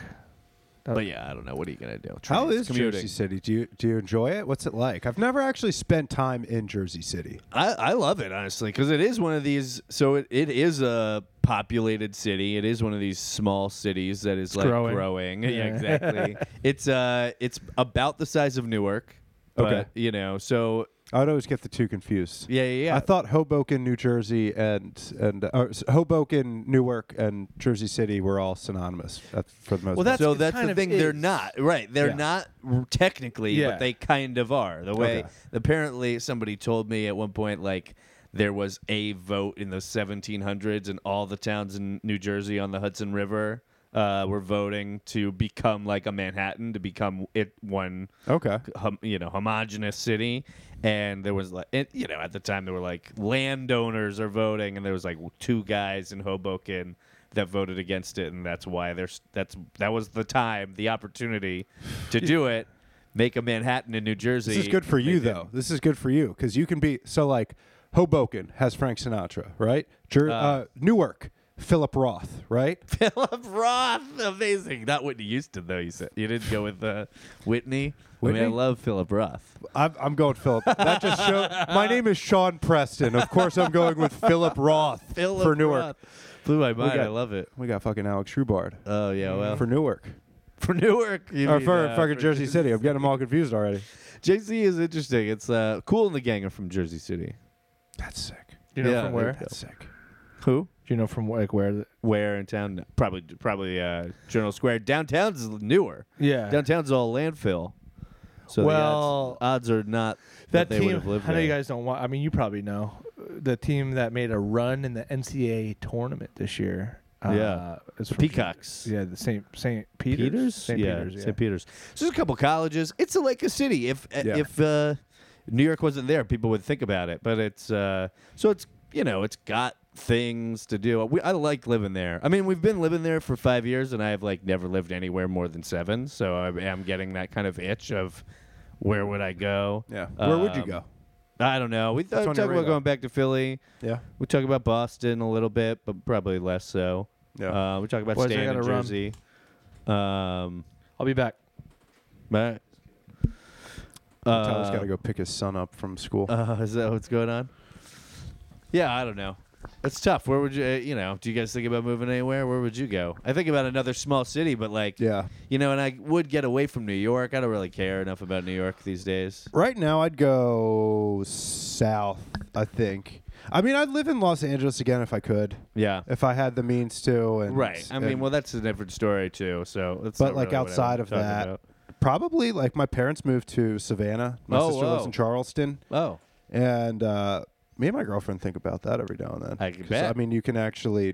B: but yeah, I don't know. What are you gonna do?
D: How
B: Trains,
D: is
B: commuting.
D: Jersey City? Do you do you enjoy it? What's it like? I've never actually spent time in Jersey City.
B: I, I love it honestly because it is one of these. So it, it is a populated city. It is one of these small cities that is like
A: growing.
B: growing. Yeah,
A: Yeah.
B: exactly. it's uh, it's about the size of Newark. But,
D: Okay.
B: you know, so
D: I'd always get the two confused.
B: yeah, yeah, yeah.
D: I thought Hoboken, New Jersey, and and uh, s- Hoboken, Newark, and Jersey City were all synonymous at, for the most.
A: Well,
D: part.
A: that's-
B: so
A: it
B: that's
A: kind
B: the
A: of
B: thing. They're
A: is.
B: not right. They're
A: Yeah.
B: not r- technically,
A: Yeah.
B: but they kind of are. The way
D: Okay.
B: apparently somebody told me at one point, like there was a vote in the 1700s, and all the towns in New Jersey on the Hudson River uh, were voting to become like a Manhattan, to become it one
D: okay.
B: hom- you know homogenous city and there was like it, you know at the time there were like landowners are voting and there was like two guys in Hoboken that voted against it and that's why there's that's that was the time the opportunity to do it make a Manhattan in New Jersey
D: This is good for
B: They
D: you
B: didn't.
D: though. This is good for you because you can be so like Hoboken has Frank Sinatra, right? Jer- uh, Newark, Philip Roth, right?
B: Philip Roth amazing not Whitney Houston though you said you didn't go with uh, Whitney? I mean
D: Whitney?
B: I love Philip Roth
D: I'm, I'm going Philip. That just showed. My name is Sean Preston. Of course, I'm going with Philip Roth
B: Philip
D: for Newark.
B: Roth. blew my mind I
D: got-
B: love it
D: We got fucking Alex Shrubard
B: oh yeah well for,
D: for Newark.
B: Newark you
D: Or
B: mean,
D: for
B: uh,
D: fucking Jersey City. I'm getting them all confused already.
B: Jay-Z is interesting. It's uh, cool in the gang are from Jersey City.
D: That's sick.
A: Do you know
B: Yeah,
A: from where?
B: it-
A: Do
D: That's sick.
B: Who?
A: you know from like where? The,
B: Where in town? Probably probably uh, General Square. Downtown's newer.
A: yeah,
B: Downtown's all landfill. So
A: Uh. Well,
B: the odds, odds are not
A: that
B: that, they would
A: team.
B: have lived
A: I know
B: there.
A: you guys don't want. I mean, you probably know uh, the team that made a run in the NCAA tournament this year. Uh,
B: Yeah.
A: it's
B: The
A: from-
B: Peacocks.
A: Yeah, the Saint Saint Peter's.
B: Peters?
A: Saint
B: yeah,
A: Peter's. Yeah.
B: St. Peter's. So there's a couple colleges. It's a, like a city. If uh,
D: Yeah.
B: if uh, New York wasn't there, people would think about it. But it's uh, so it's you know it's got things to do. We, I like living there. I mean, we've been living there for five years, and I have like never lived anywhere more than seven. So I am getting that kind of itch of where would I go?
D: Yeah. Where would you
B: Um,
D: go?
B: I don't know. We
D: What's
B: thought
D: on
B: talking
D: your
B: about
D: radar?
B: going back to Philly.
D: Yeah.
B: We talk about Boston a little bit, but probably less so.
D: Yeah.
B: Uh, we talk about
A: Boys, I
B: staying in
A: gotta run.
B: Jersey. Um,
A: I'll be back.
B: but
D: Tyler's
B: Uh,
D: got to go pick his son up from school.
B: Uh, is that what's going on? Yeah, I don't know. It's tough. Where would you, uh, you know, do you guys think about moving anywhere? Where would you go? I think about another small city, but like,
D: yeah.
B: you know, and I would get away from New York. I don't really care enough about New York these days.
D: Right now, I'd go south. I think. I mean, I'd live in Los Angeles again if I could,
B: Yeah.
D: if I had the means to. And,
B: Right. I mean,
D: and
B: well, that's a different story too. So, it's
D: But,
B: not
D: like,
B: really what I'm
D: outside of
B: talking
D: that-
B: about.
D: probably like my parents moved to Savannah. My
B: Oh,
D: sister lives
B: whoa.
D: in Charleston,
B: oh,
D: and uh, me and my girlfriend think about that every now and then.
B: I can
D: 'Cause,
B: bet.
D: I mean, you can actually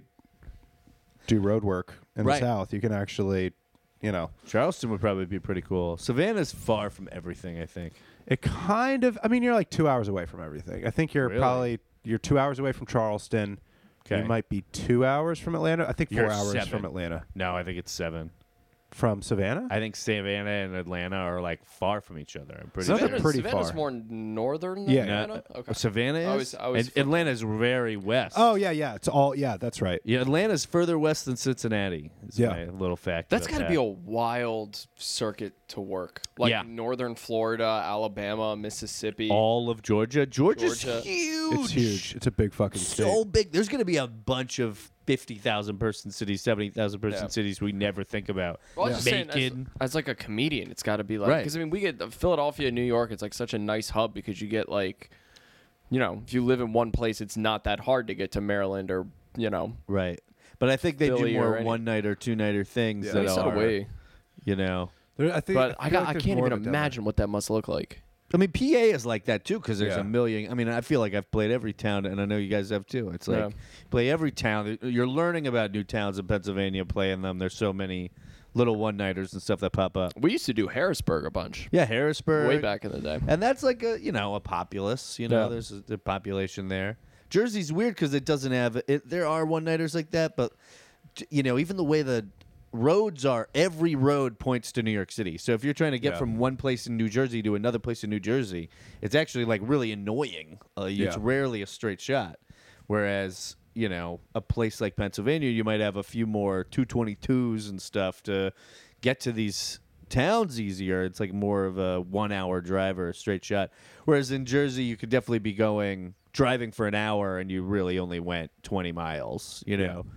D: do road work in
B: Right.
D: the south. You can actually, you know,
B: Charleston would probably be pretty cool. Savannah's far from everything, I think.
D: It kind of. I mean, you're like two hours away from everything. I think you're
B: Really?
D: probably you're two hours away from Charleston.
B: Okay.
D: You might be two hours from Atlanta. I think 4
B: You're
D: hours
B: seven.
D: from Atlanta.
B: No, I think it's seven.
D: From Savannah.
B: I think Savannah and Atlanta are like far from each other. I'm pretty
D: It's not
B: sure.
D: that pretty
C: Savannah's
D: far.
C: more northern than
D: Yeah.
C: Atlanta?
B: No,
C: Okay.
B: Savannah is.
C: I was- I was-
B: and Atlanta's very west.
D: oh yeah, yeah. It's all yeah. That's right.
B: yeah. Atlanta's further west than Cincinnati. Is
D: Yeah.
B: my little fact.
C: That's
B: got to
C: be a wild circuit to work. Like
B: Yeah.
C: northern Florida, Alabama, Mississippi.
B: all of Georgia. Georgia's
C: Georgia.
B: huge.
D: It's huge. It's a big fucking
B: So
D: state.
B: big. There's going to be a bunch of fifty thousand person cities, seventy thousand person
C: Yeah.
B: cities we never think about.
C: Well, I was just saying,
B: Macon.
C: as- as, like a comedian, it's got to be like
B: Right.
C: because I mean we get uh, Philadelphia, New York. It's like such a nice hub because you get like, you know, if you live in one place, it's not that hard to get to Maryland or you know.
B: right. But I think they
C: Philly
B: do
C: or
B: more
C: any-
B: one night or two nighter things
D: Yeah.
C: I
B: that
C: mean, so do
B: are,
C: we.
B: you know.
D: There- I think,
C: But I got
D: feel like
C: I
D: there's
C: can't
D: more
C: even
D: of it down there.
C: imagine what that must look like.
B: I mean, PA is like that too because there's
D: Yeah.
B: a million. I mean, I feel like I've played every town, and I know you guys have too. It's like
C: Yeah.
B: play every town. You're learning about new towns in Pennsylvania playing them. There's so many little one nighters and stuff that pop up.
C: We used to do Harrisburg a bunch
B: Yeah, Harrisburg,
C: way back in the day.
B: and that's like a you know a populace. You know,
C: Yeah.
B: there's a, the population there. Jersey's weird because it doesn't have it. There are one nighters like that, but j- you know, even the way the roads are, every road points to New York City. So if you're trying to get
D: Yeah.
B: from one place in New Jersey to another place in New Jersey, it's actually like really annoying. Uh,
D: Yeah.
B: It's rarely a straight shot. Whereas you know, a place like Pennsylvania, you might have a few more 222s and stuff to get to these towns easier. It's like more of a one hour drive or a straight shot. Whereas in Jersey, you could definitely be going driving for an hour and you really only went 20 miles, you know.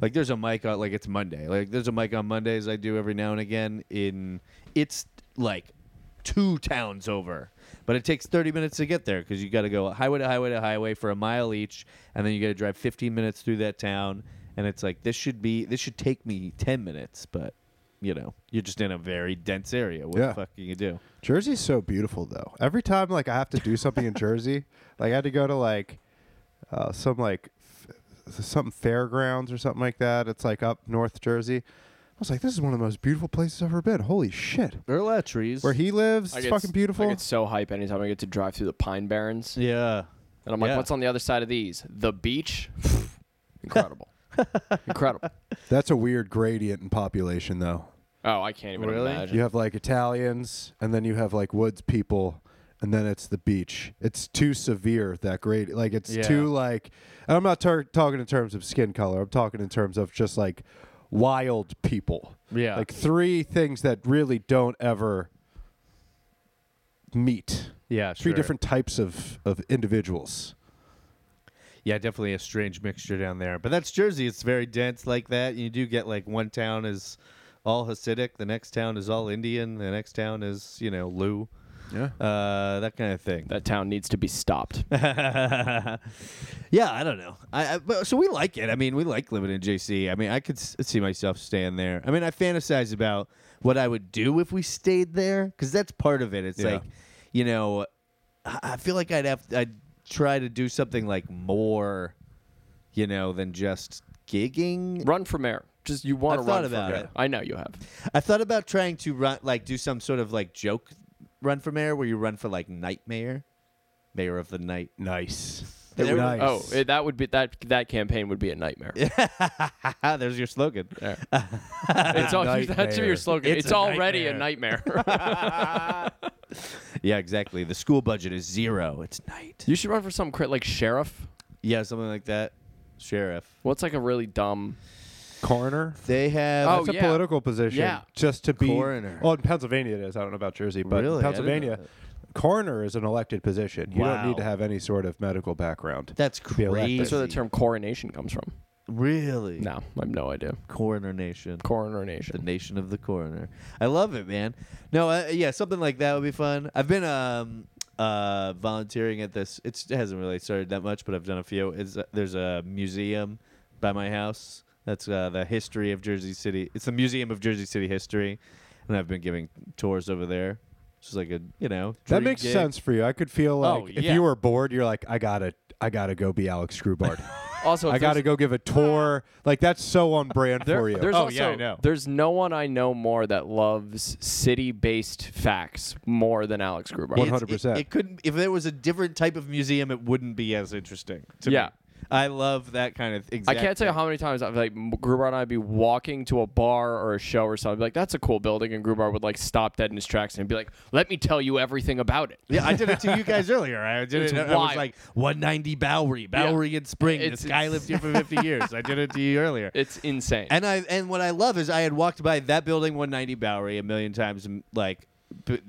B: Like there's a mic on like it's Monday. Like there's a mic on Mondays I do every now and again in it's like two towns over. But it takes 30 minutes to get there because you got to go highway to highway to highway for a mile each, and then you got to drive 15 minutes through that town. And it's like this should be this should take me 10 minutes, but you know you're just in a very dense area. What
D: Yeah.
B: the fuck can you do?
D: Jersey's so beautiful though. Every time like I have to do something in Jersey, like I had to go to like uh, some like f- something fairgrounds or something like that. It's like up North Jersey. I was like, this is one of the most beautiful places I've ever been. Holy shit!
B: There are a lot of trees.
D: Where he lives, it's fucking
C: I
D: beautiful.
C: get so hype anytime I get to drive through the Pine Barrens,
B: yeah.
C: and I'm like,
B: Yeah.
C: what's on the other side of these? The beach. Incredible. Incredible.
D: That's a weird gradient in population though.
C: Oh, I can't even
B: Really?
C: imagine.
D: You have like Italians, and then you have like woods people, and then it's the beach. It's too severe that grade. Like it's
B: Yeah.
D: too like. And I'm not tar- talking in terms of skin color. I'm talking in terms of just like wild people.
B: Yeah.
D: Like three things that really don't ever meet.
B: Yeah.
D: Three
B: sure.
D: different types of of individuals.
B: Yeah, definitely a strange mixture down there. But that's Jersey. It's very dense like that. You do get like one town is all Hasidic, the next town is all Indian, the next town is, you know, Lou.
D: Yeah.
B: Uh, that kind of thing.
C: That town needs to be stopped.
B: yeah, I don't know. I, I but, so we like it. I mean, we like living in JC. I mean, I could s- see myself staying there. I mean, I fantasize about what I would do if we stayed there because that's part of it. It's
D: Yeah.
B: like, you know, I, I feel like I'd have I'd try to do something like more, you know, than just gigging.
C: Run for mayor. Just you want to
B: I've
C: run
B: thought about
C: for
B: it.
C: mayor. I know you have.
B: I thought about trying to run like do some sort of like joke run for mayor where you run for like night mayor, mayor of the night.
D: Nice.
B: They were-
D: nice.
C: Oh, it, that would be that that campaign would be a nightmare.
B: There's your slogan.
C: There. it's all, That should be
D: nightmare.
C: your slogan.
B: It's
C: It's,
B: a
C: already a nightmare.
B: Yeah, exactly. The school budget is zero. It's night.
C: you should run for some crit like sheriff.
B: Yeah, something like that. Sheriff.
C: What's like a really dumb?
D: coroner.
B: They have.
C: Oh,
D: That's
C: yeah.
D: a political position.
C: Yeah.
D: Just to be
B: Coroner.
D: Well, in Pennsylvania it is. I don't know about Jersey, but
B: Really? I
D: in
B: didn't know
D: Pennsylvania,
B: that.
D: coroner is an elected position. You don't
A: Wow.
D: need to have any sort of medical background.
A: That's
D: Be elected.
A: crazy.
C: That's where the term coronation comes from.
B: Really?
C: No, I have no idea.
B: Coroner Nation. The
C: Coronation.
B: nation of the coroner. I love it, man. No, uh, yeah, something like that would be fun. I've been um uh volunteering at this. It's, it hasn't really started that much, but I've done a few. Is there's a museum by my house. That's uh, the history of Jersey City. It's the Museum of Jersey City History, and I've been giving tours over there. It's just like a you know
D: That
B: dream
D: makes
B: gig.
D: sense for you. I could feel like
C: Oh,
D: if
C: yeah.
D: you were bored, you're like, I gotta, I gotta go be Alex Screwbart.
C: Also,
D: I
C: if
D: gotta
C: there's-
D: go give a tour. Like that's so on brand
C: there-
D: for you.
C: There's
B: Oh,
C: also,
B: yeah, I know.
C: There's no one I know more that loves city-based facts more than Alex Gruber.
D: One
B: It's- it-
D: 100%.
B: It, couldn't. If there was a different type of museum, it wouldn't be as interesting. To
C: Yeah.
B: Me. I love that kind of.
C: I
B: Exact
C: can't tell you how many times I've like M- Gruber and I'd be walking to a bar or a show or something, I'd be like that's a cool building, and Gruber would like stop dead in his tracks and be like, "Let me tell you everything about it."
B: Yeah, I did it to you guys earlier. I did
C: It's
B: it. I
C: wild.
B: was like 190 Bowery, Bowery and Spring.
C: It's-
B: this guy
C: it's-
B: lived here for 50 years. I did it to you earlier.
C: It's insane.
B: And I and what I love is I had walked by that building 190 Bowery a million times and like b-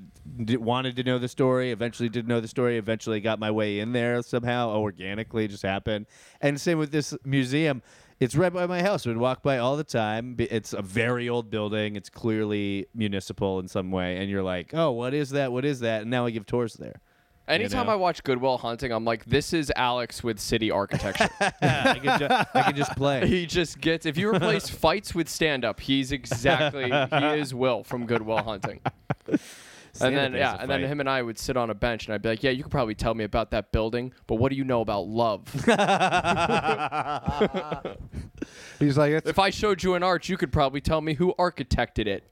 B: d- wanted to know the story, eventually did know the story, eventually got my way in there somehow organically just happened. And same with this museum. It's right by my house. We'd walk by all the time. B- It's a very old building. It's clearly municipal in some way. And you're like, oh, what is that? What is that? And now I give tours there.
C: Anytime
B: know?
C: I watch Goodwill Hunting, I'm like, "This is Alex with city architecture."
B: I, can ju- I can just play.
C: he just gets if you replace fights with stand up, he's exactly he is Will from Goodwill Hunting. and then
B: Stand-up is
C: yeah,
B: a
C: and then
B: fight.
C: him and I would sit on a bench and I'd be like, "Yeah, you could probably tell me about that building, but what do you know about love?
D: He's like, it's,
C: if I showed you an arch, you could probably tell me who architected it."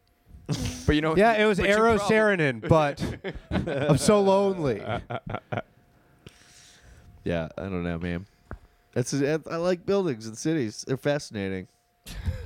C: But you know
D: yeah, it was
C: but you
D: Aero
C: probably-
D: Saarinen, but I'm so lonely.
B: Yeah, I don't know, man. That's I I like buildings and cities. They're fascinating.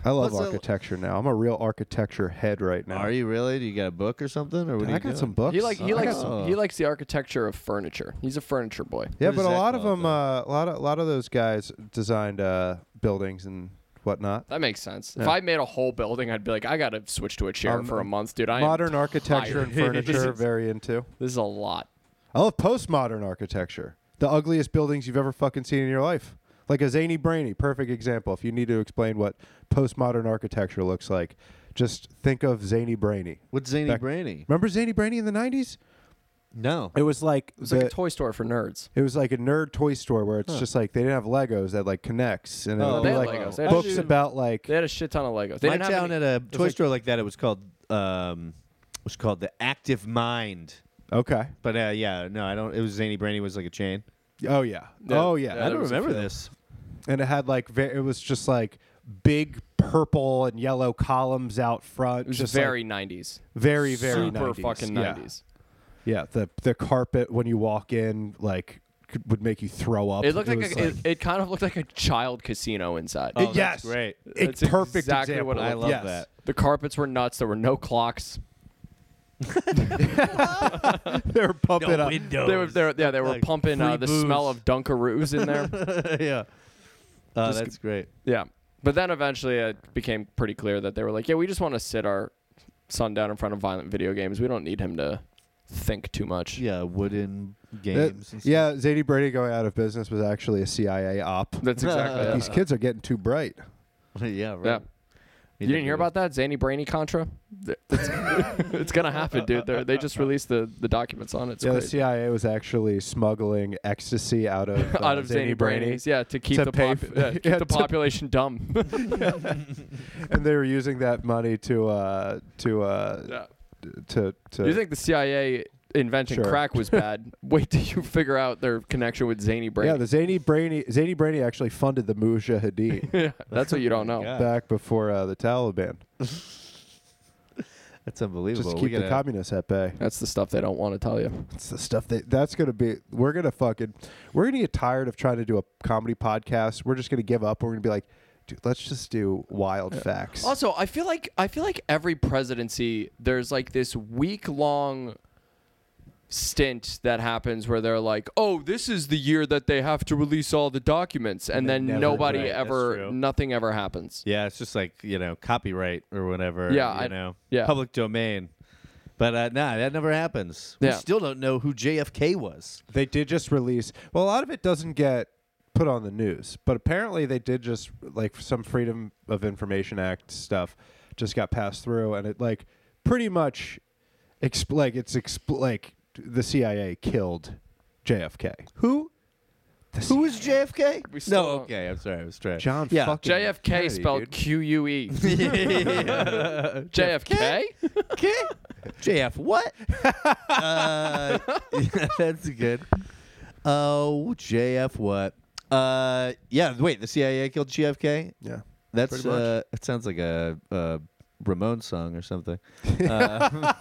D: I love
B: Plus, I-
D: architecture now. I'm a real architecture head right now.
B: Are you really? Do you got a book or something? Or what do
D: I
B: you
D: got some books.
C: He like he
D: I
C: likes
D: got-
B: Oh.
C: he likes the architecture of furniture. He's a furniture boy.
D: yeah,
B: What
D: but
B: is
D: a
B: that
D: lot of
B: called,
D: them, uh, a lot of a lot of those guys designed uh, buildings and whatnot.
C: That makes sense. If I made a whole building, I'd be like, I gotta switch to a chair
D: Um,
C: for a month, dude. I am
D: Modern architecture
C: tired.
D: and furniture, very into.
C: This is a lot.
D: I love postmodern architecture. The ugliest buildings you've ever fucking seen in your life. Like a zany brainy, perfect example. If you need to explain what postmodern architecture looks like, just think of zany brainy.
B: What's zany
D: Back-
B: brainy?
D: Remember zany brainy in the 90s?
B: No.
D: It was like
C: It was like a toy store for nerds.
D: it was like a nerd toy store where it's just like they didn't have Legos that like connects and it
B: Oh,
D: would
B: they
D: be
B: had
D: like
C: Legos. They had
D: books
C: shoes.
D: about like
C: They had a shit ton of Legos. They
B: My
C: didn't have
B: town
C: any-
B: at a toy
C: like-
B: store like that. It was called um, it was called the Active Mind.
D: okay.
B: But uh, yeah, no, I don't. It was zany brainy was like a chain.
D: Oh yeah.
C: Yeah.
D: Oh
C: Yeah, I
D: yeah.
B: I
C: there
B: don't
C: was a
B: remember
C: few.
B: this.
D: and it had like ve- it was just like big purple and yellow columns out front.
C: It was
D: just like,
C: very 90s.
D: very very
C: Super
D: 90s.
C: fucking
D: Yeah.
C: 90s.
D: Yeah, the the carpet when you walk in like could, would make you throw up.
C: It looked like,
D: was
C: a, it, it kind of looked like a child casino inside.
B: Oh, that's
D: yes,
B: great.
D: It-
C: That's
D: perfect
C: exactly what it
D: example.
B: I
C: looked
B: love
C: like.
D: Yes.
B: that.
C: The carpets were nuts. There were no clocks.
D: they were pumping up.
B: windows.
C: They were, they were, yeah, they were
B: Like
C: pumping uh,
B: free
C: the
B: booze.
C: smell of Dunkaroos in there.
B: yeah. Oh,
C: Just-
B: that's great.
C: yeah. But then eventually it became pretty clear that they were like, yeah, we just want to sit our son down in front of violent video games. We don't need him to think too much.
B: Yeah, wooden
D: That-
B: games. and stuff.
D: yeah, Zadie Brady going out of business was actually a CIA op.
C: That's exactly
B: Uh,
D: These
C: it.
D: kids are getting too bright.
B: yeah, right.
C: Yeah. You didn't hear about that Zany Brainy Contra? Th- it's gonna happen, dude. They're, they just released the, the documents on it. It's
D: yeah, the
C: crazy.
D: CIA was actually smuggling ecstasy out of uh,
C: Out of Zany
D: Zadie Brady,
C: Brainies, yeah, to keep
D: To
C: the
D: pay
C: pop-
D: f-
C: yeah, keep
D: yeah,
C: the
D: to-
C: population dumb.
D: and they were using that money to uh, to uh,
C: Yeah.
D: to to.
C: You think the CIA inventing
D: Sure.
C: crack was bad? Wait till you figure out their connection with Zany
D: yeah,
C: Brainy.
D: the Zadie Brady Zadie Brady actually funded the Mujahideen
C: that's what you don't know.
B: God.
D: back before uh, the Taliban.
B: That's unbelievable.
D: Just to
B: We
D: keep the
B: gotta-
D: communists at bay.
C: That's the stuff they don't want to tell you.
D: It's the stuff that that's gonna be. We're gonna fucking. We're gonna get tired of trying to do a comedy podcast. We're just gonna give up. We're gonna be like, dude, let's just do wild
B: Oh,
D: facts.
C: Also, I feel like I feel like every presidency there's like this week long stint that happens where they're like, "Oh, this is the year that they have to release all the documents," and,
D: they
C: then
D: never-
C: nobody
B: right, that's
C: ever,
B: true.
C: nothing ever happens.
B: Yeah, it's just like you know copyright or whatever.
C: Yeah,
B: you
C: I-
B: know,
C: yeah.
B: public domain. But uh, nah, that never happens. We
C: Yeah.
B: still don't know who JFK was.
D: They did just release. Well, a lot of it doesn't get put on the news, but apparently they did just like some Freedom of Information Act stuff just got passed through, and it like pretty much exp- like it's expl- like the CIA killed JFK.
B: Who?
D: The
B: Who was JFK?
C: We still
B: No,
C: don't-
B: okay. I'm sorry. I was trying.
D: John
B: Yeah.
D: fucking
C: JFK
D: Kennedy,
C: spelled
D: dude.
C: Q U E.
B: JFK?
C: JFK?
B: JF what? uh, yeah, that's good. Oh, JF what? Uh, yeah. Wait, the CIA killed JFK.
D: Yeah.
B: That's
D: Pretty much.
B: uh, it sounds like a, a Ramon song or something. Uh,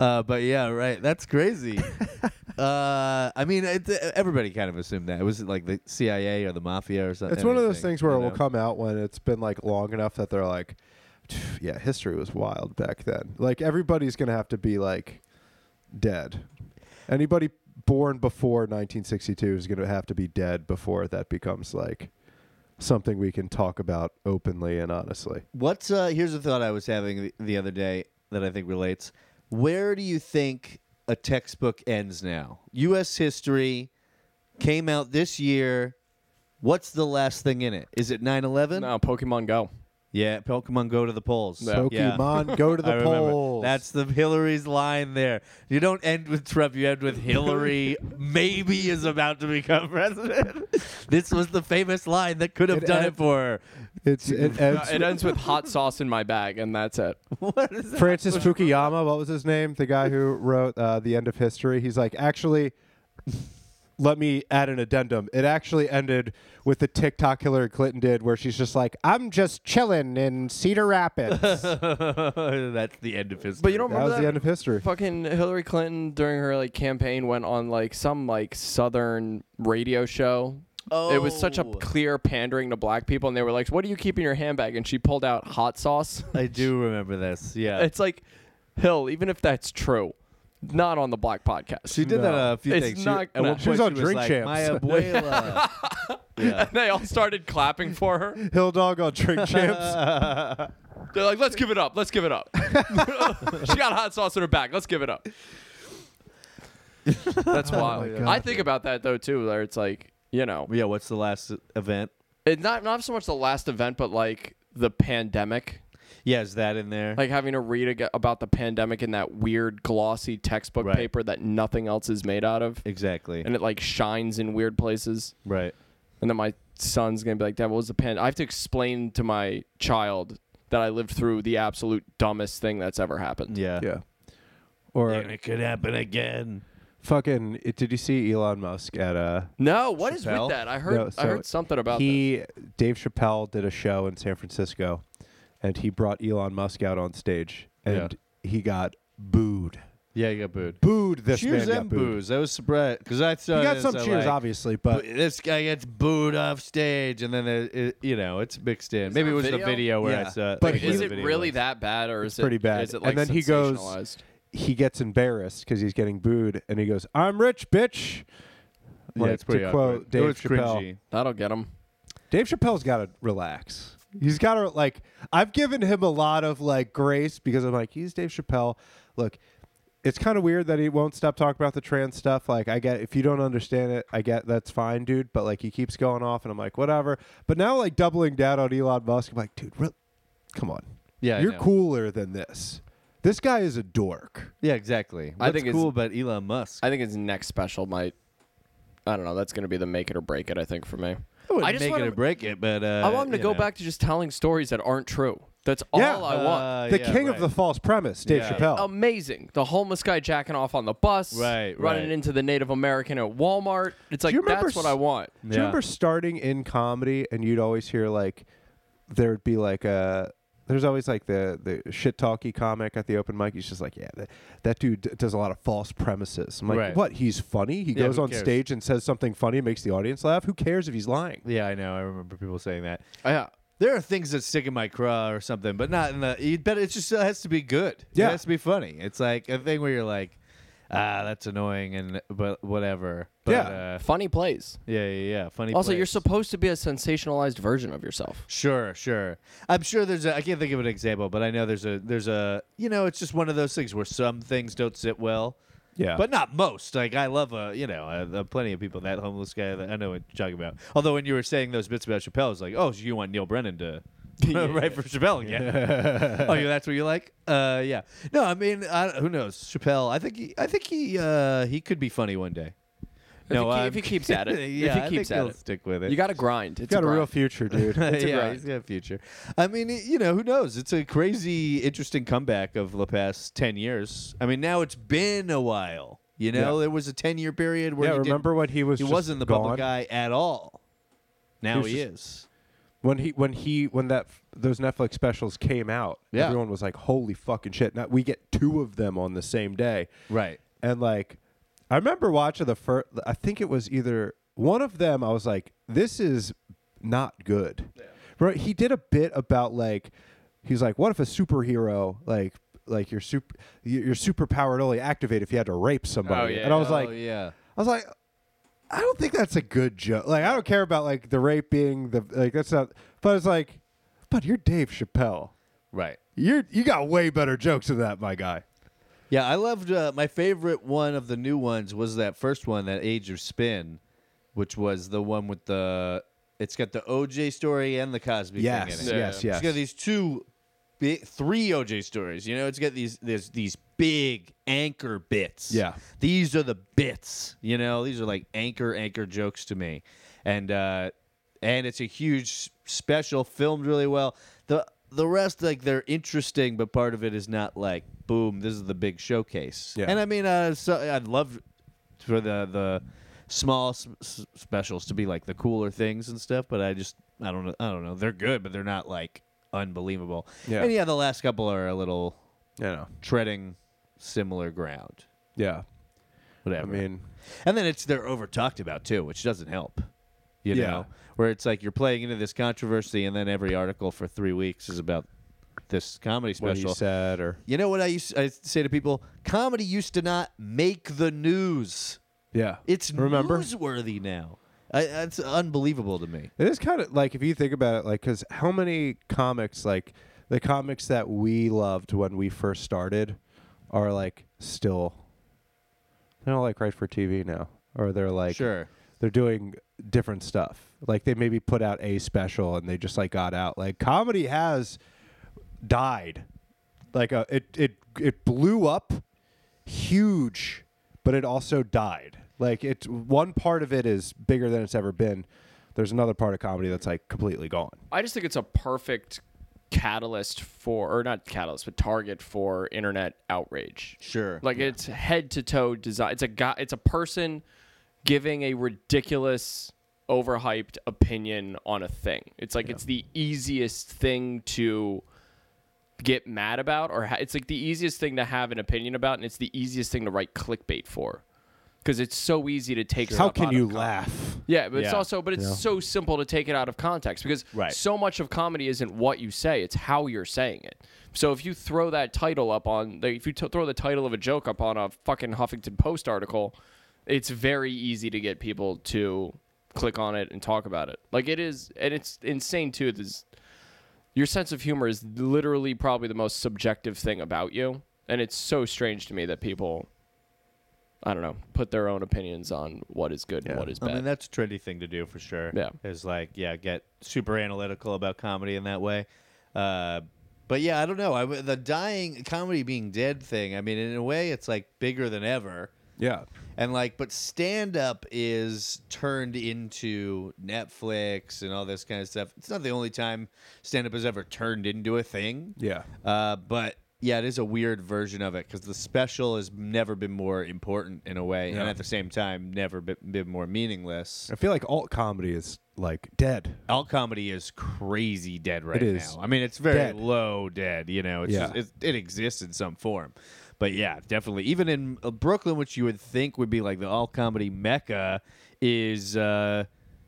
B: uh, but yeah, right. That's crazy. Uh, I mean, it, everybody kind of assumed that it was like the CIA or the mafia or something.
D: It's one of those things where
B: you
D: it will
B: know?
D: come out when it's been like long enough that they're like, "Phew, yeah, history was wild back then. Like everybody's gonna have to be like dead. Anybody born before 1962 is gonna have to be dead before that becomes like something we can talk about openly and honestly.
B: What's uh here's a thought I was having the, the other day that I think relates. Where do you think a textbook ends now? US history came out this year. What's the last thing in it? Is it 9/11?
C: No, Pokemon Go.
B: Yeah, Pokemon go to the polls.
C: Yeah.
B: Yeah.
D: Pokemon, go to
B: I
D: the
B: remember.
D: polls.
B: That's the Hillary's line there. You don't end with Trump, you end with Hillary maybe is about to become president. this was the famous line that could have
D: It
B: done
D: ed-
B: it for her.
D: it's it
C: Uh,
D: ends.
C: it ends with hot sauce in my bag, and that's it.
B: What is that?
D: Francis Fukuyama, what was his name? The guy who wrote uh, The End of History. He's like, actually, let me add an addendum. It actually ended with the TikTok Hillary Clinton did, where she's just like, I'm just chilling in Cedar Rapids. that
B: That's the end of his.
C: But you don't remember
D: was
C: that?
D: the end of history.
C: Fucking Hillary Clinton during her like campaign went on like some like southern radio show. It was such a
B: Oh.
C: clear pandering to black people, and they were like, "What do you keep in your handbag?" And she pulled out hot sauce.
B: I do remember this. Yeah,
C: It's like, Hill, even if that's true, not on the black podcast.
B: she did that
D: No.
B: a few
C: It's
B: things. She-
C: not
B: at one
C: gonna-
B: point,
D: She was on Drink
B: like,
D: Champs.
B: My abuela. yeah.
C: they all started clapping for her.
D: Hill Dog on Drink Champs.
C: They're like, "Let's give it up. Let's give it up." she got hot sauce in her bag. Let's give it up.
B: Oh
C: That's wild.
D: God.
C: I think about that though too. Where it's like, you know,
B: yeah. What's the last event?
C: it's not not so much the last event, but like the pandemic.
B: Yeah, is that in there?
C: Like having to read ag- about the pandemic in that weird glossy textbook
B: Right.
C: paper that nothing else is made out of,
B: exactly.
C: and it like shines in weird places.
B: right.
C: And then my son's gonna be like, "Dad, what was the pan?" I have to explain to my child that I lived through the absolute dumbest thing that's ever happened.
B: Yeah.
D: yeah. Or
B: And it could happen again.
D: fucking, it- did you see Elon Musk at a.
C: No, what is
B: Chappelle?
C: with that? I heard
D: No,
C: I
D: so
C: heard something about that.
D: he Dave Chappelle did a show in San Francisco, and he brought Elon Musk out on stage, and he got booed.
B: Yeah, you got booed.
D: Booed. This
B: cheers
D: man got
B: and
D: booed.
B: booze. I was surprised because I saw
D: He got
B: this,
D: some
B: I
D: cheers,
B: like,
D: obviously, but
B: "Boo- This guy gets booed off stage, and then it, it- you know it's mixed in. Maybe
C: there
B: it
C: a
B: was the
C: video?
B: video where
D: Yeah.
B: I saw.
D: But
B: I think
C: Is
B: the
C: it
B: video
C: really
B: was.
C: that bad, or is
D: It's pretty
C: it
D: bad.
C: Is it
D: And
C: like
D: then he goes-
C: sensationalized?
D: he gets embarrassed because he's getting booed, and he goes, "I'm rich, bitch."
B: Yeah,
D: Like,
B: it's pretty
D: to quote
B: awkward. it
D: Dave
B: was
D: Chappelle.
B: cringy.
C: "That'll get him."
D: Dave Chappelle's got to relax. He's got to like. I've given him a lot of like grace because I'm like, he's Dave Chappelle. Look, it's kind of weird that he won't stop talking about the trans stuff. Like, I get if you don't understand it, I get that's fine, dude. But like, he keeps going off, and I'm like, whatever. But now, like, doubling down on Elon Musk, I'm like, dude, re- come on,
B: Yeah, I
D: you're
B: know.
D: cooler than this. This guy is a dork.
B: Yeah, exactly.
C: I
B: What's
C: think it's-
B: cool about Elon Musk.
C: I think his next special might. I don't know. That's going to be the make it or break it. I think for me.
B: wouldn't
C: I just
B: make
C: want
B: it or
C: him-
B: break it, but uh,
C: I want him to
B: you
C: go
B: know.
C: back to just telling stories that aren't true. That's
D: Yeah.
C: all I want.
B: Uh,
D: the
B: yeah,
D: king
B: right.
D: of the false premise, Dave
B: Yeah.
D: Chappelle.
C: Amazing. The homeless guy jacking off on the bus.
B: Right,
C: Running
B: right.
C: into the Native American at Walmart. It's like
D: you remember
C: that's what
D: s-
C: I want.
D: Do you remember starting in comedy and you'd always hear like there'd be like a there's always like the the shit talky comic at the open mic. He's just like, yeah, that, that dude d- does a lot of false premises. I'm like,
B: Right.
D: what? He's funny. He
B: Yeah,
D: goes
B: who
D: on
B: cares?
D: stage and says something funny, makes the audience laugh. Who cares if he's lying?
B: Yeah, I know. I remember people saying that.
C: Oh, Yeah.
B: There are things that stick in my craw or something, but not in the. You bet it just uh, has to be good.
D: Yeah.
B: it has to be funny. It's like a thing where you're like, ah, that's annoying and but whatever. But,
D: Yeah.
B: Uh,
C: Funny plays.
B: yeah, yeah, yeah. Funny.
C: Also, you're
B: place.
C: supposed to be a sensationalized version of yourself.
B: Sure, sure. I'm sure there's a I can't think of an example, but I know there's a there's a you know, it's just one of those things where some things don't sit well.
D: Yeah.
B: But not most. Like I love a, you know, a, a plenty of people. That homeless guy. That I know what you're talking about. Although when you were saying those bits about Chappelle, I was like, oh, so you want Neil Brennan to write for Chappelle again? oh, yeah, that's what you like? Uh, yeah. No, I mean, I, who knows? Chappelle. I think he. I think he. Uh, he could be funny one day.
C: If he ke- if he keeps at it. If he
B: yeah, I
C: keeps
B: think
C: at
B: he'll
C: it.
B: stick with it.
C: You got to grind. It's
D: got a
C: grind.
D: real future, dude.
C: It's a
B: yeah,
C: grind.
B: he's got a future. I mean, it- you know, who knows? It's a crazy, interesting comeback of the past ten years. I mean, now it's been a while. You know,
D: Yeah.
B: there was a ten-year period where
D: yeah,
B: he didn't-
D: remember when he was
B: he
D: just
B: wasn't the
D: gone?
B: public guy at all. Now
D: was
B: he,
D: just-
B: is.
D: when he when he when that those Netflix specials came out,
B: Yeah.
D: everyone was like, "Holy fucking shit!" Now we get two of them on the same day,
B: Right.
D: and like, I remember watching the first. I think it was either one of them. I was like, "This is not good." Right? He did a bit about like, he's like, "What if a superhero like like your super your your superpower would only activate if you had to rape somebody?"
C: Oh, yeah.
D: And I was like,
B: yeah.
D: I was like, I don't think that's a good joke. Like, I don't care about like the rape being the like that's not. But it's like, but you're Dave Chappelle.
B: Right.
D: You're you got way better jokes than that, my guy.
B: Yeah, I loved uh, my favorite one of the new ones was that first one, that Age of Spin, which was the one with the. It's got the OJ story and the Cosby
D: Yes,
B: thing in it.
D: yes, yes.
B: It's got these two, big, three OJ stories. You know, it's got these there's these big anchor bits.
D: Yeah.
B: these are the bits. You know, these are like anchor anchor jokes to me, and uh, and it's a huge special filmed really well. the The rest like they're interesting, but part of it is not like boom. This is the big showcase.
D: Yeah.
B: and I mean, uh, so I'd love for the the small s- s- specials to be like the cooler things and stuff but i just i don't know i don't know they're good but they're not like unbelievable
D: Yeah.
B: and yeah the last couple are a little
D: You know.
B: treading similar ground
D: Yeah. I
B: whatever
D: mean,
B: and then it's they're over talked about too which doesn't help you
D: Yeah.
B: know where it's like you're playing into this controversy and then every article for three weeks is about this comedy
D: what
B: special
D: he said or
B: you know what i used i say to people comedy used to not make the news
D: yeah.
B: It's
D: Remember?
B: newsworthy now. I, that's unbelievable to me.
D: It is kind of like if you think about it, like because how many comics, like the comics that we loved when we first started, are like still. They're all like right for TV now, or they're like
B: sure.
D: they're doing different stuff. Like they maybe put out a special and they just like got out. Like comedy has died. Like uh it it it blew up huge, but it also died. Like it's one part of it is bigger than it's ever been. There's another part of comedy that's like completely gone.
C: I just think it's a perfect catalyst for, or not catalyst, but target for internet outrage.
B: Sure.
C: Like it's head to toe design. It's a guy. It's a person giving a ridiculous, overhyped opinion on a thing. It's like it's the easiest thing to get mad about, or ha- it's like the easiest thing to have an opinion about, and it's the easiest thing to write clickbait for, because it's so easy to take.
D: How
C: stuff out
D: can
C: of
D: you
C: context.
D: laugh?
C: Yeah, but it's
B: Yeah.
C: also but it's so simple to take it out of context because
B: Right.
C: so much of comedy isn't what you say, it's how you're saying it. So if you throw that title up on if you t- throw the title of a joke up on a fucking Huffington Post article, it's very easy to get people to click on it and talk about it. Like it is and it's insane too. This your sense of humor is literally probably the most subjective thing about you, and it's so strange to me that people I don't know, put their own opinions on what is good and what is
B: I
C: bad.
B: mean, that's a trendy thing to do for sure.
C: Yeah.
B: Is like, yeah, get super analytical about comedy in that way. Uh, but yeah, I don't know. I, the dying comedy being dead thing, I mean, in a way, it's like bigger than ever.
D: Yeah.
B: And like, but stand up is turned into Netflix and all this kind of stuff. It's not the only time stand up has ever turned into a thing.
D: Yeah.
B: Uh, but yeah, it is a weird version of it because the special has never been more important in a way, and
D: Yeah.
B: at the same time, never been, been more meaningless.
D: I feel like alt comedy is like dead.
B: All comedy is crazy dead right
D: is
B: now. I mean, it's very
D: dead.
B: low dead. You know, it's
D: Yeah.
B: just- it, it exists in some form. But yeah, definitely. Even in uh, Brooklyn, which you would think would be like the all comedy mecca, is uh,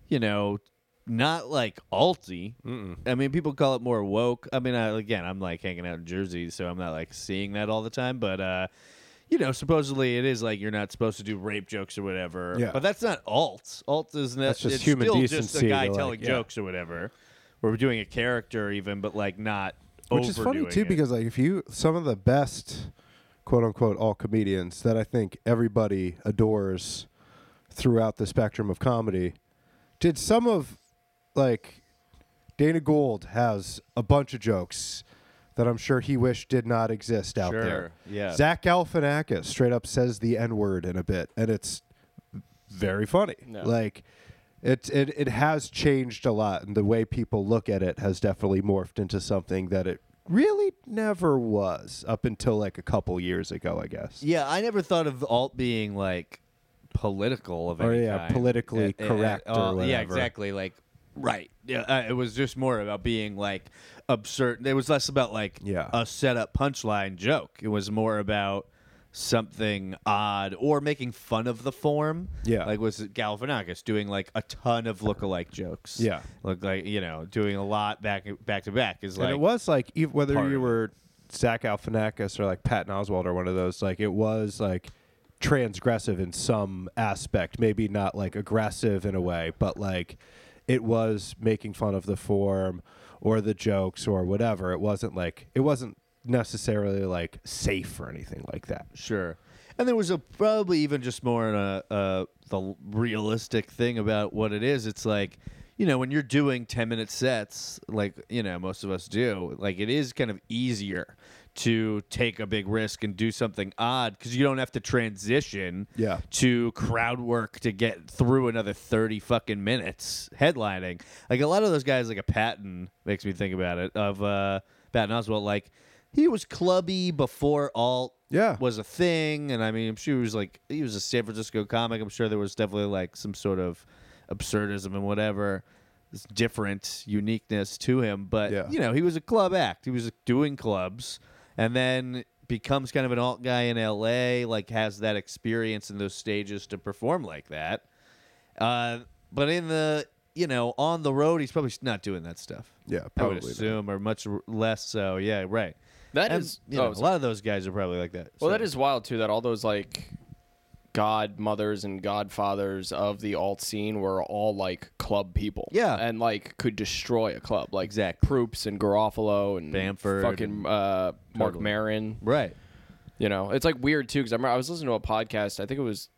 B: you know not like alty. I mean, people call it more woke. I mean, I, again, I'm like hanging out in Jersey, so I'm not like seeing that all the time. But uh, you know, supposedly it is like you're not supposed to do rape jokes or whatever.
D: Yeah.
B: But that's not alt. Alt is not,
D: That's just
B: it's
D: human
B: still just
D: decency
B: a
D: to,
B: guy
D: like,
B: telling
D: yeah.
B: jokes or whatever. Or doing a character even, but like not
D: Which is funny
B: overdoing
D: too,
B: it.
D: because like if you some of the best quote unquote all comedians that I think everybody adores throughout the spectrum of comedy did some of like Dana Gould has a bunch of jokes that I'm sure he wished did not exist out
B: sure.
D: there.
B: Yeah.
D: Zach Galifianakis straight up says the N word in a bit, and it's very funny.
C: No.
D: Like it, it it has changed a lot, and the way people look at it has definitely morphed into something that it really never was up until like a couple years ago, I guess.
B: Yeah, I never thought of alt being like political of
D: Or,
B: any
D: Oh, yeah,
B: kind.
D: politically
B: Uh, uh,
D: correct or
B: uh, Yeah,
D: whatever.
B: exactly. Like right. Yeah, uh, it was just more about being like absurd. It was less about like
D: Yeah.
B: a setup punchline joke. It was more about something odd or making fun of the form.
D: Yeah.
B: like was Galifianakis doing like a ton of lookalike jokes.
D: Yeah.
B: look like you know doing a lot back back to back is
D: and
B: like
D: it was like ev- whether
B: part
D: you
B: of it.
D: were Zach Galifianakis or like Patton Oswald or one of those, like it was like transgressive in some aspect, maybe not like aggressive in a way, but like it was making fun of the form or the jokes or whatever. It wasn't like it wasn't necessarily like safe or anything like that.
B: Sure. And there was a probably even just more uh, uh, the realistic thing about what it is. It's like, you know, when you're doing 10 minute sets, like, you know, most of us do, like, it is kind of easier to take a big risk and do something odd because you don't have to transition
D: Yeah.
B: to crowd work to get through another 30 fucking minutes headlining. Like a lot of those guys, like a Patton, makes me think about it, of uh, Patton Oswalt, like he was clubby before alt
D: Yeah.
B: was a thing. And I mean, I'm sure he was like, he was a San Francisco comic. I'm sure there was definitely like some sort of absurdism and whatever. This different uniqueness to him, but
D: Yeah.
B: you know he was a club act. He was doing clubs, and then becomes kind of an alt guy in L.A. Like has that experience in those stages to perform like that. Uh, but in the you know on the road, he's probably not doing that stuff.
D: Yeah,
B: I would
D: probably. not.
B: assume, or much r- less so. Yeah, right.
C: That
B: And,
C: is-
B: you
C: oh,
B: know, a
C: sorry.
B: lot of those guys are probably like that.
C: Well,
B: so.
C: that is wild too. That all those like godmothers and godfathers of the alt scene were all like club people.
B: Yeah.
C: and like could destroy a club. Like
B: Exactly.
C: Proops and Garofalo and
B: Bamford
C: fucking uh, Mark
B: Totally.
C: Maron.
B: right.
C: You know, it's like weird too because I remember I was listening to a podcast. I think it was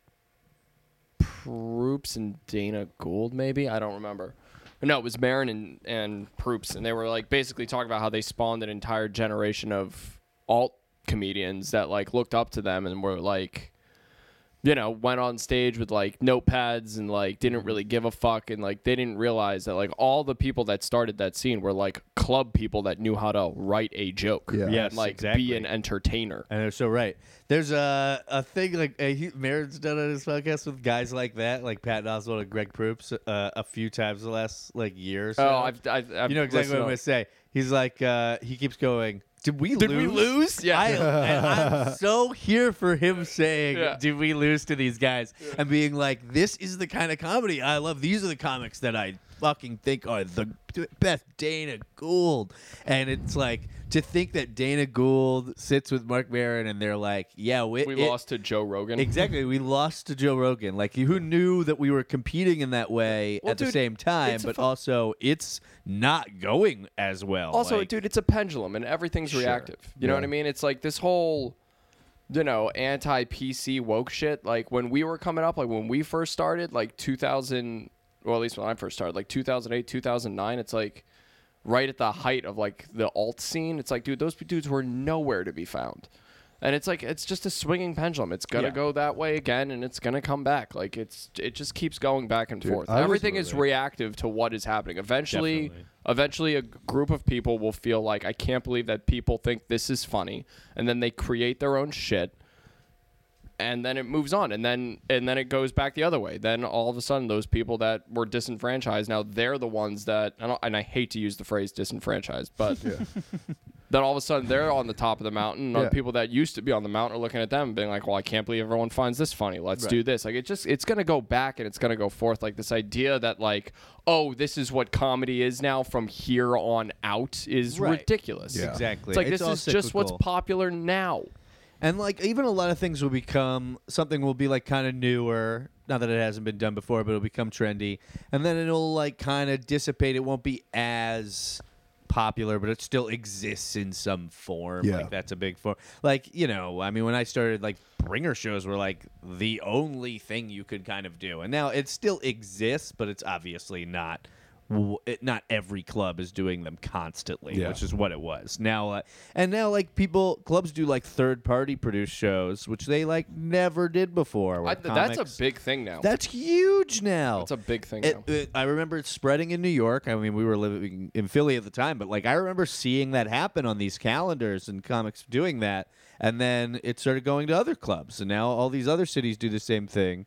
C: Proops and Dana Gould, maybe I don't remember. No, it was Marin and and Proops, and they were like basically talking about how they spawned an entire generation of alt comedians that like looked up to them and were like, you know, went on stage with like notepads and like didn't really give a fuck and like they didn't realize that like all the people that started that scene were like club people that knew how to write a joke,
D: Yeah.
B: Yes,
C: and, like
B: exactly.
C: be an entertainer.
B: And they're so right. There's a a thing like uh, he, Merritt's done on his podcast with guys like that, like Pat Oswald and Greg Proops, uh, a few times the last like year. Or so.
C: Oh, I've, I've, I've
B: you know exactly what I'm gonna say.
C: listened
B: He's like, uh, he keeps going. Did we
C: Did
B: lose?
C: we lose? Yeah.
B: I, and I'm so here for him saying,
C: Yeah.
B: "Did we lose to these guys?" and being like, "This is the kind of comedy I love. These are the comics that I fucking think are the best." Dana Gould, and it's like to think that Dana Gould sits with Mark Maron and they're like, "Yeah, we,
C: on. we
B: it-
C: lost to Joe Rogan.
B: Exactly, we lost to Joe Rogan. Like, who knew that we were competing in that way
C: Well,
B: at the
C: dude,
B: same time?
C: it's a
B: But
C: fu-
B: also, it's not going as well.
C: Also,
B: Like,
C: dude, it's a pendulum and everything's
B: Sure.
C: reactive. You know what I mean? It's like this whole, you know, anti PC woke shit. Like when we were coming up, like when we first started, like 2000, well, at least when I first started, like 2008, 2009, it's like right at the height of like the alt scene. It's like, dude, those dudes were nowhere to be found. And it's like it's just a swinging pendulum. It's gonna
B: Yeah.
C: go that way again, and it's gonna come back. Like it's it just keeps going back and forth.
D: I was-
C: Everything is reactive to what is happening. Eventually,
B: Definitely.
C: eventually a g- group of people will feel like I can't believe that people think this is funny, and then they create their own shit, and then it moves on, and then and then it goes back the other way. Then all of a sudden, those people that were disenfranchised now they're the ones that and I, and I hate to use the phrase disenfranchised, but then all of a sudden they're on the top of the mountain. And
D: Yeah.
C: other people that used to be on the mountain are looking at them, and being like, "Well, I can't believe everyone finds this funny. Let's do this." Like it just it's gonna go back and it's gonna go forth. Like this idea that like, oh, this is what comedy is now from here on out is
B: Right.
C: ridiculous.
D: Yeah.
B: Exactly.
C: It's like
B: It's
C: this
B: all
C: is just what's
B: cyclical.
C: popular now.
B: And like even a lot of things will become something will be like kind of newer. Not that it hasn't been done before, but it'll become trendy. And then it'll like kind of dissipate. It won't be as popular, but it still exists in some form.
D: Yeah.
B: Like that's a big form. Like, you know, I mean when I started like bringer shows were like the only thing you could kind of do. And now it still exists, but it's obviously not w- it, not every club is doing them constantly,
D: Yeah.
B: which is what it was. Now, uh, and now like people clubs do like third party produced shows, which they like never did before. where
C: I, th- that's
B: comics-
C: a big thing now.
B: that's huge now.
C: That's a big thing
B: It- it- I remember it spreading in New York. I mean, we were living in Philly at the time, but like I remember seeing that happen on these calendars and comics doing that, and then it started going to other clubs, and now all these other cities do the same thing,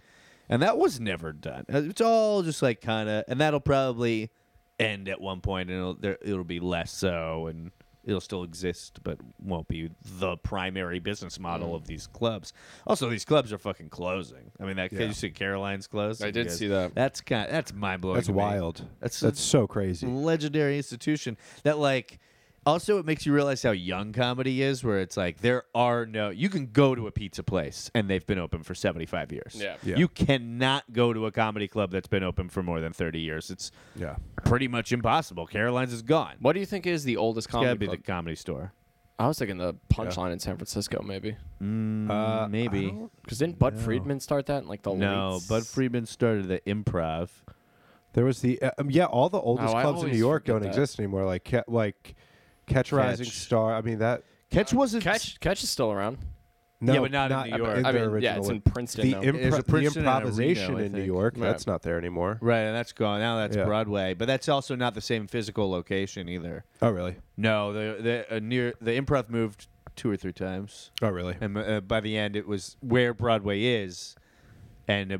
B: and that was never done. Uh, It's all just like kind of, and that'll probably end at one point, and it'll there, it'll be less so, and it'll still exist, but won't be the primary business model of these clubs. Also, these clubs are fucking closing. I mean, that
D: Yeah.
B: you see Caroline's closed.
C: I did
B: Yes.
C: see that.
B: That's kind. that's mind blowing.
D: That's wild.
B: That's-
D: that's so crazy.
B: Legendary institution that like. Also, it makes you realize how young comedy is, where it's like there are no. You can go to a pizza place and they've been open for seventy five years.
C: Yeah.
D: Yeah.
B: You cannot go to a comedy club that's been open for more than thirty years. It's
D: Yeah.
B: pretty much impossible. Caroline's is gone.
C: What do you think is the oldest
B: It's got to
C: comedy
B: be
C: club?
B: the comedy store.
C: I was thinking the Punchline in San Francisco, maybe.
D: Uh,
B: Mm, Maybe.
C: Because didn't Bud Friedman start that in like the
B: No,
C: late
B: Bud Friedman started the improv.
D: There was the uh, um, yeah, all the oldest
C: Oh, I
D: clubs in New
C: always
D: York
C: forget
D: don't
C: that.
D: exist anymore. Like ca- like Catch, Rising
B: Catch.
D: Star. I mean that.
B: Catch
C: Uh,
B: wasn't
C: Catch Catch is still around.
D: No,
B: but not in New York.
D: in
C: I
D: their
C: mean, yeah,
D: original
C: it's in
D: one.
C: Princeton
D: the,
C: now.
B: There's a
D: impro- the
B: Princeton and a
D: improvisation
B: Reno, I
D: in New
B: think.
D: York.
C: Right.
D: That's not there anymore.
B: Right, and that's gone. Now that's
D: Yeah.
B: Broadway, but that's also not the same physical location either.
D: Oh really?
B: No, the the uh, near the improv moved two or three times,
D: Oh really?
B: and uh, by the end it was where Broadway is, and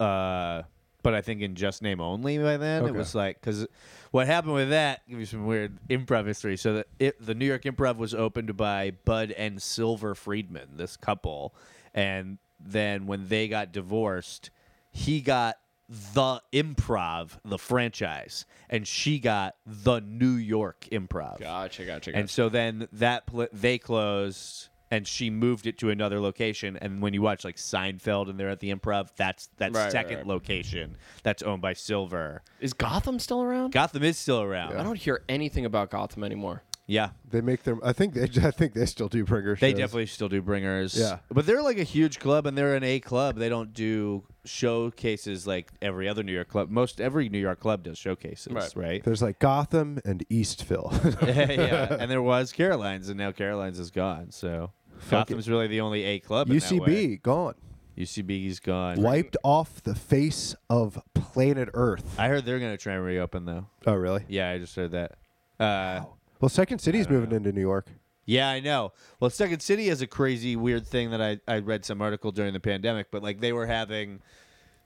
B: uh, uh, but I think in just name only by then it
D: Okay.
B: was like because what happened with that give you some weird improv history. So the it, the New York Improv was opened by Bud and Silver Friedman, this couple, and then when they got divorced, he got the improv the franchise and she got the new york improv
C: Gotcha, gotcha, gotcha.
B: and so then that pl- they closed, and she moved it to another location. And when you watch like Seinfeld and they're at the Improv, that's that
C: Right, right,
B: second
C: right.
B: location that's owned by Silver.
C: is Gotham still around?
B: Gotham is still around.
C: I don't hear anything about Gotham anymore.
B: yeah.
D: They make their. I think they. I think they still do bringer shows.
B: They definitely still do bringers.
D: Yeah.
B: But they're like a huge club and they're an A club. They don't do showcases like every other New York club. Most every New York club does showcases,
C: Right.
B: right?
D: There's like Gotham and Eastville.
B: yeah, yeah. And there was Caroline's and now Caroline's is gone. So Gotham's really the only A club. in that way.
D: UCB gone,
B: UCB's gone.
D: wiped off the face of planet Earth.
B: I heard they're gonna try and reopen though.
D: Oh really?
B: Yeah, I just heard that. Uh,
D: Well, Second City's moving into New York.
B: Yeah, I know. Well, Second City has a crazy, weird thing that I, I read some article during the pandemic, but like they were having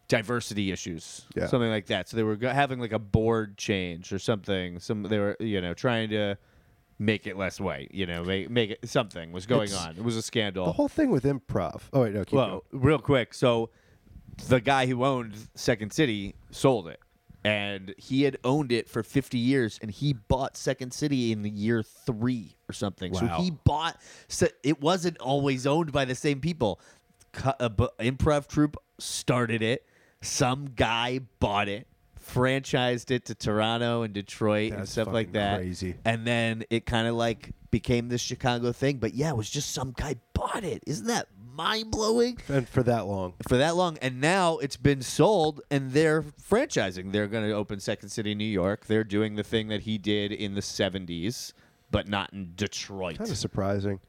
B: diversity issues,
D: Yeah.
B: something like that. So they were go- having like a board change or something. Some they were you know trying to make it less white. You know, make, make it something was going
D: It's-
B: on. It was a scandal.
D: The whole thing with improv. Oh wait, no. Keep going.
B: Well, real quick. So the guy who owned Second City sold it. And he had owned it for 50 years and he bought Second City in the year 3 or something. So
D: Wow.
B: he bought so it wasn't always owned by the same people. Co- a bu- improv troupe started it. Some guy bought it, franchised it to Toronto and Detroit and
D: That's
B: stuff like
D: fucking
B: that.
D: crazy.
B: And then it kind of like became this Chicago thing. But yeah, it was just some guy bought it. Isn't that mind blowing?
D: And for that long.
B: For that long. And now it's been sold and they're franchising. They're going to open Second City, New York. They're doing the thing that he did in the 70s, but not in Detroit.
D: kind of surprising.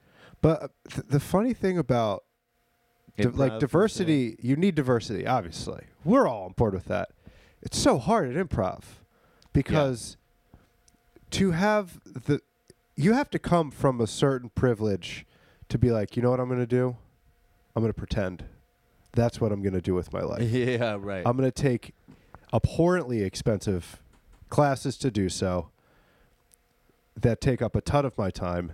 D: But uh, th- the funny thing about di-
B: Improv,
D: like diversity, you need diversity. Obviously, we're all on board with that. It's so hard at improv because to have the you have to come from a certain privilege to be like, you know what I'm going to do? I'm going to pretend. That's what I'm going to do with my life.
B: Yeah, right.
D: I'm going to take abhorrently expensive classes to do so that take up a ton of my time.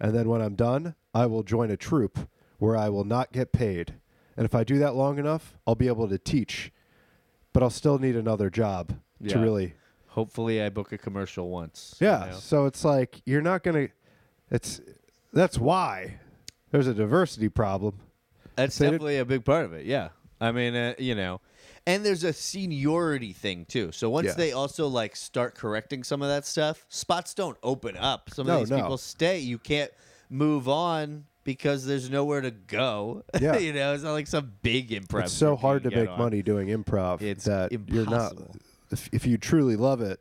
D: And then when I'm done, I will join a troupe where I will not get paid. And if I do that long enough, I'll be able to teach, but I'll still need another job to
B: Yeah.
D: really.
B: Hopefully, I book a commercial once. you
D: Yeah.
B: know?
D: So it's like, you're not going to. It's. That's why. There's a diversity problem.
E: That's
D: They did-
E: definitely a big part of it. Yeah. I mean, uh, you know,
B: And there's a seniority thing too. So once
D: Yeah.
B: they also like start correcting some of that stuff, spots don't open up. Some
D: No,
B: of these
D: no.
B: people stay. You can't move on because there's nowhere to go.
D: Yeah.
B: you know, it's not like some big improv.
D: It's so
B: group you
D: hard
B: can
D: to
B: get
D: make
B: on.
D: money doing improv
B: It's
D: that you're
B: impossible.
D: not. If, if you truly love it,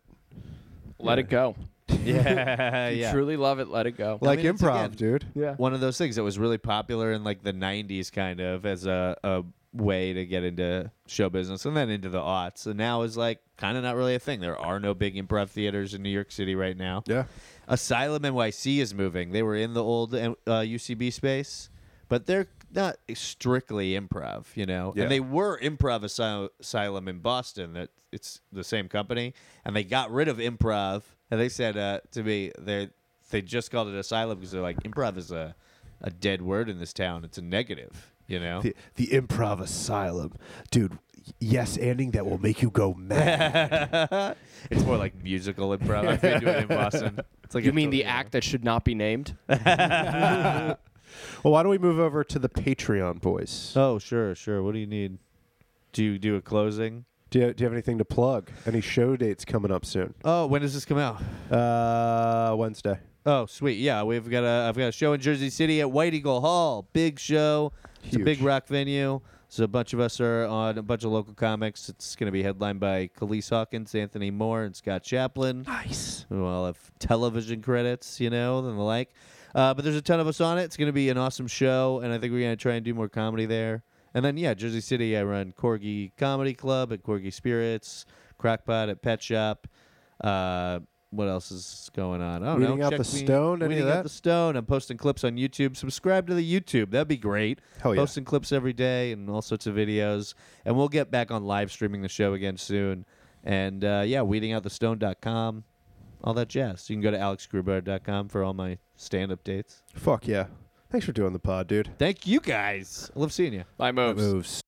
C: Let it go.
B: Yeah,
C: You
B: yeah.
C: truly love it. Let it go.
D: like
B: mean, it's
D: improv,
B: again-
D: dude.
C: yeah.
B: One of those things that was really popular in like the '90s, kind of as a, a way to get into show business, and then into the aughts, and now is like kind of not really a thing. There are no big improv theaters in New York City right now.
D: Yeah.
B: Asylum NYC is moving. They were in the old uh, UCB space, but they're not strictly improv, you know.
D: Yeah.
B: And they were improv Asyl- asylum in Boston. That it's the same company, and they got rid of improv. And they said uh, to me, they they just called it asylum because they're like improv is a a dead word in this town. It's a negative, you know.
D: The, the improv asylum, dude. Yes, ending that will make you go mad.
B: it's more like musical improv. I've been doing it in Boston. It's like
C: You
B: a
C: mean the
B: Filipino.
C: act that should not be named?
D: well, why don't we move over to the Patreon boys?
B: Oh, sure, sure. What do you need? Do you do a closing?
D: Do you, do you have anything to plug? Any show dates coming up soon?
B: Oh, when does this come out?
D: Uh, Wednesday.
B: Oh, sweet. Yeah, we've got a I've got a show in Jersey City at White Eagle Hall. Big show. It's a
D: Huge.
B: big rock venue. So a bunch of us are on a bunch of local comics. It's going to be headlined by Khalees Hawkins, Anthony Moore, and Scott Chaplin. Nice. We all have television credits, you know, and the like. Uh, but there's a ton of us on it. It's going to be an awesome show, and I think we're going to try and do more comedy there. And then yeah, Jersey City. I run Corgi Comedy Club at Corgi Spirits, Crockpot at Pet Shop. Uh, what else is going on? Oh
D: Weeding
B: no,
D: Out
B: check
D: the
B: me-
D: Stone, any of
B: Weeding
D: that?
B: Out the Stone. I'm posting clips on YouTube. Subscribe to the YouTube. That'd be great.
D: Hell yeah.
B: Posting clips every day and all sorts of videos. And we'll get back on live streaming the show again soon. And uh, yeah, weedingoutthestone.com, all that jazz. You can go to alexgrubauer.com for all my stand updates.
D: Fuck yeah! Thanks for doing the pod, dude.
B: Thank you guys. I love seeing you.
C: My moves.
D: Moves.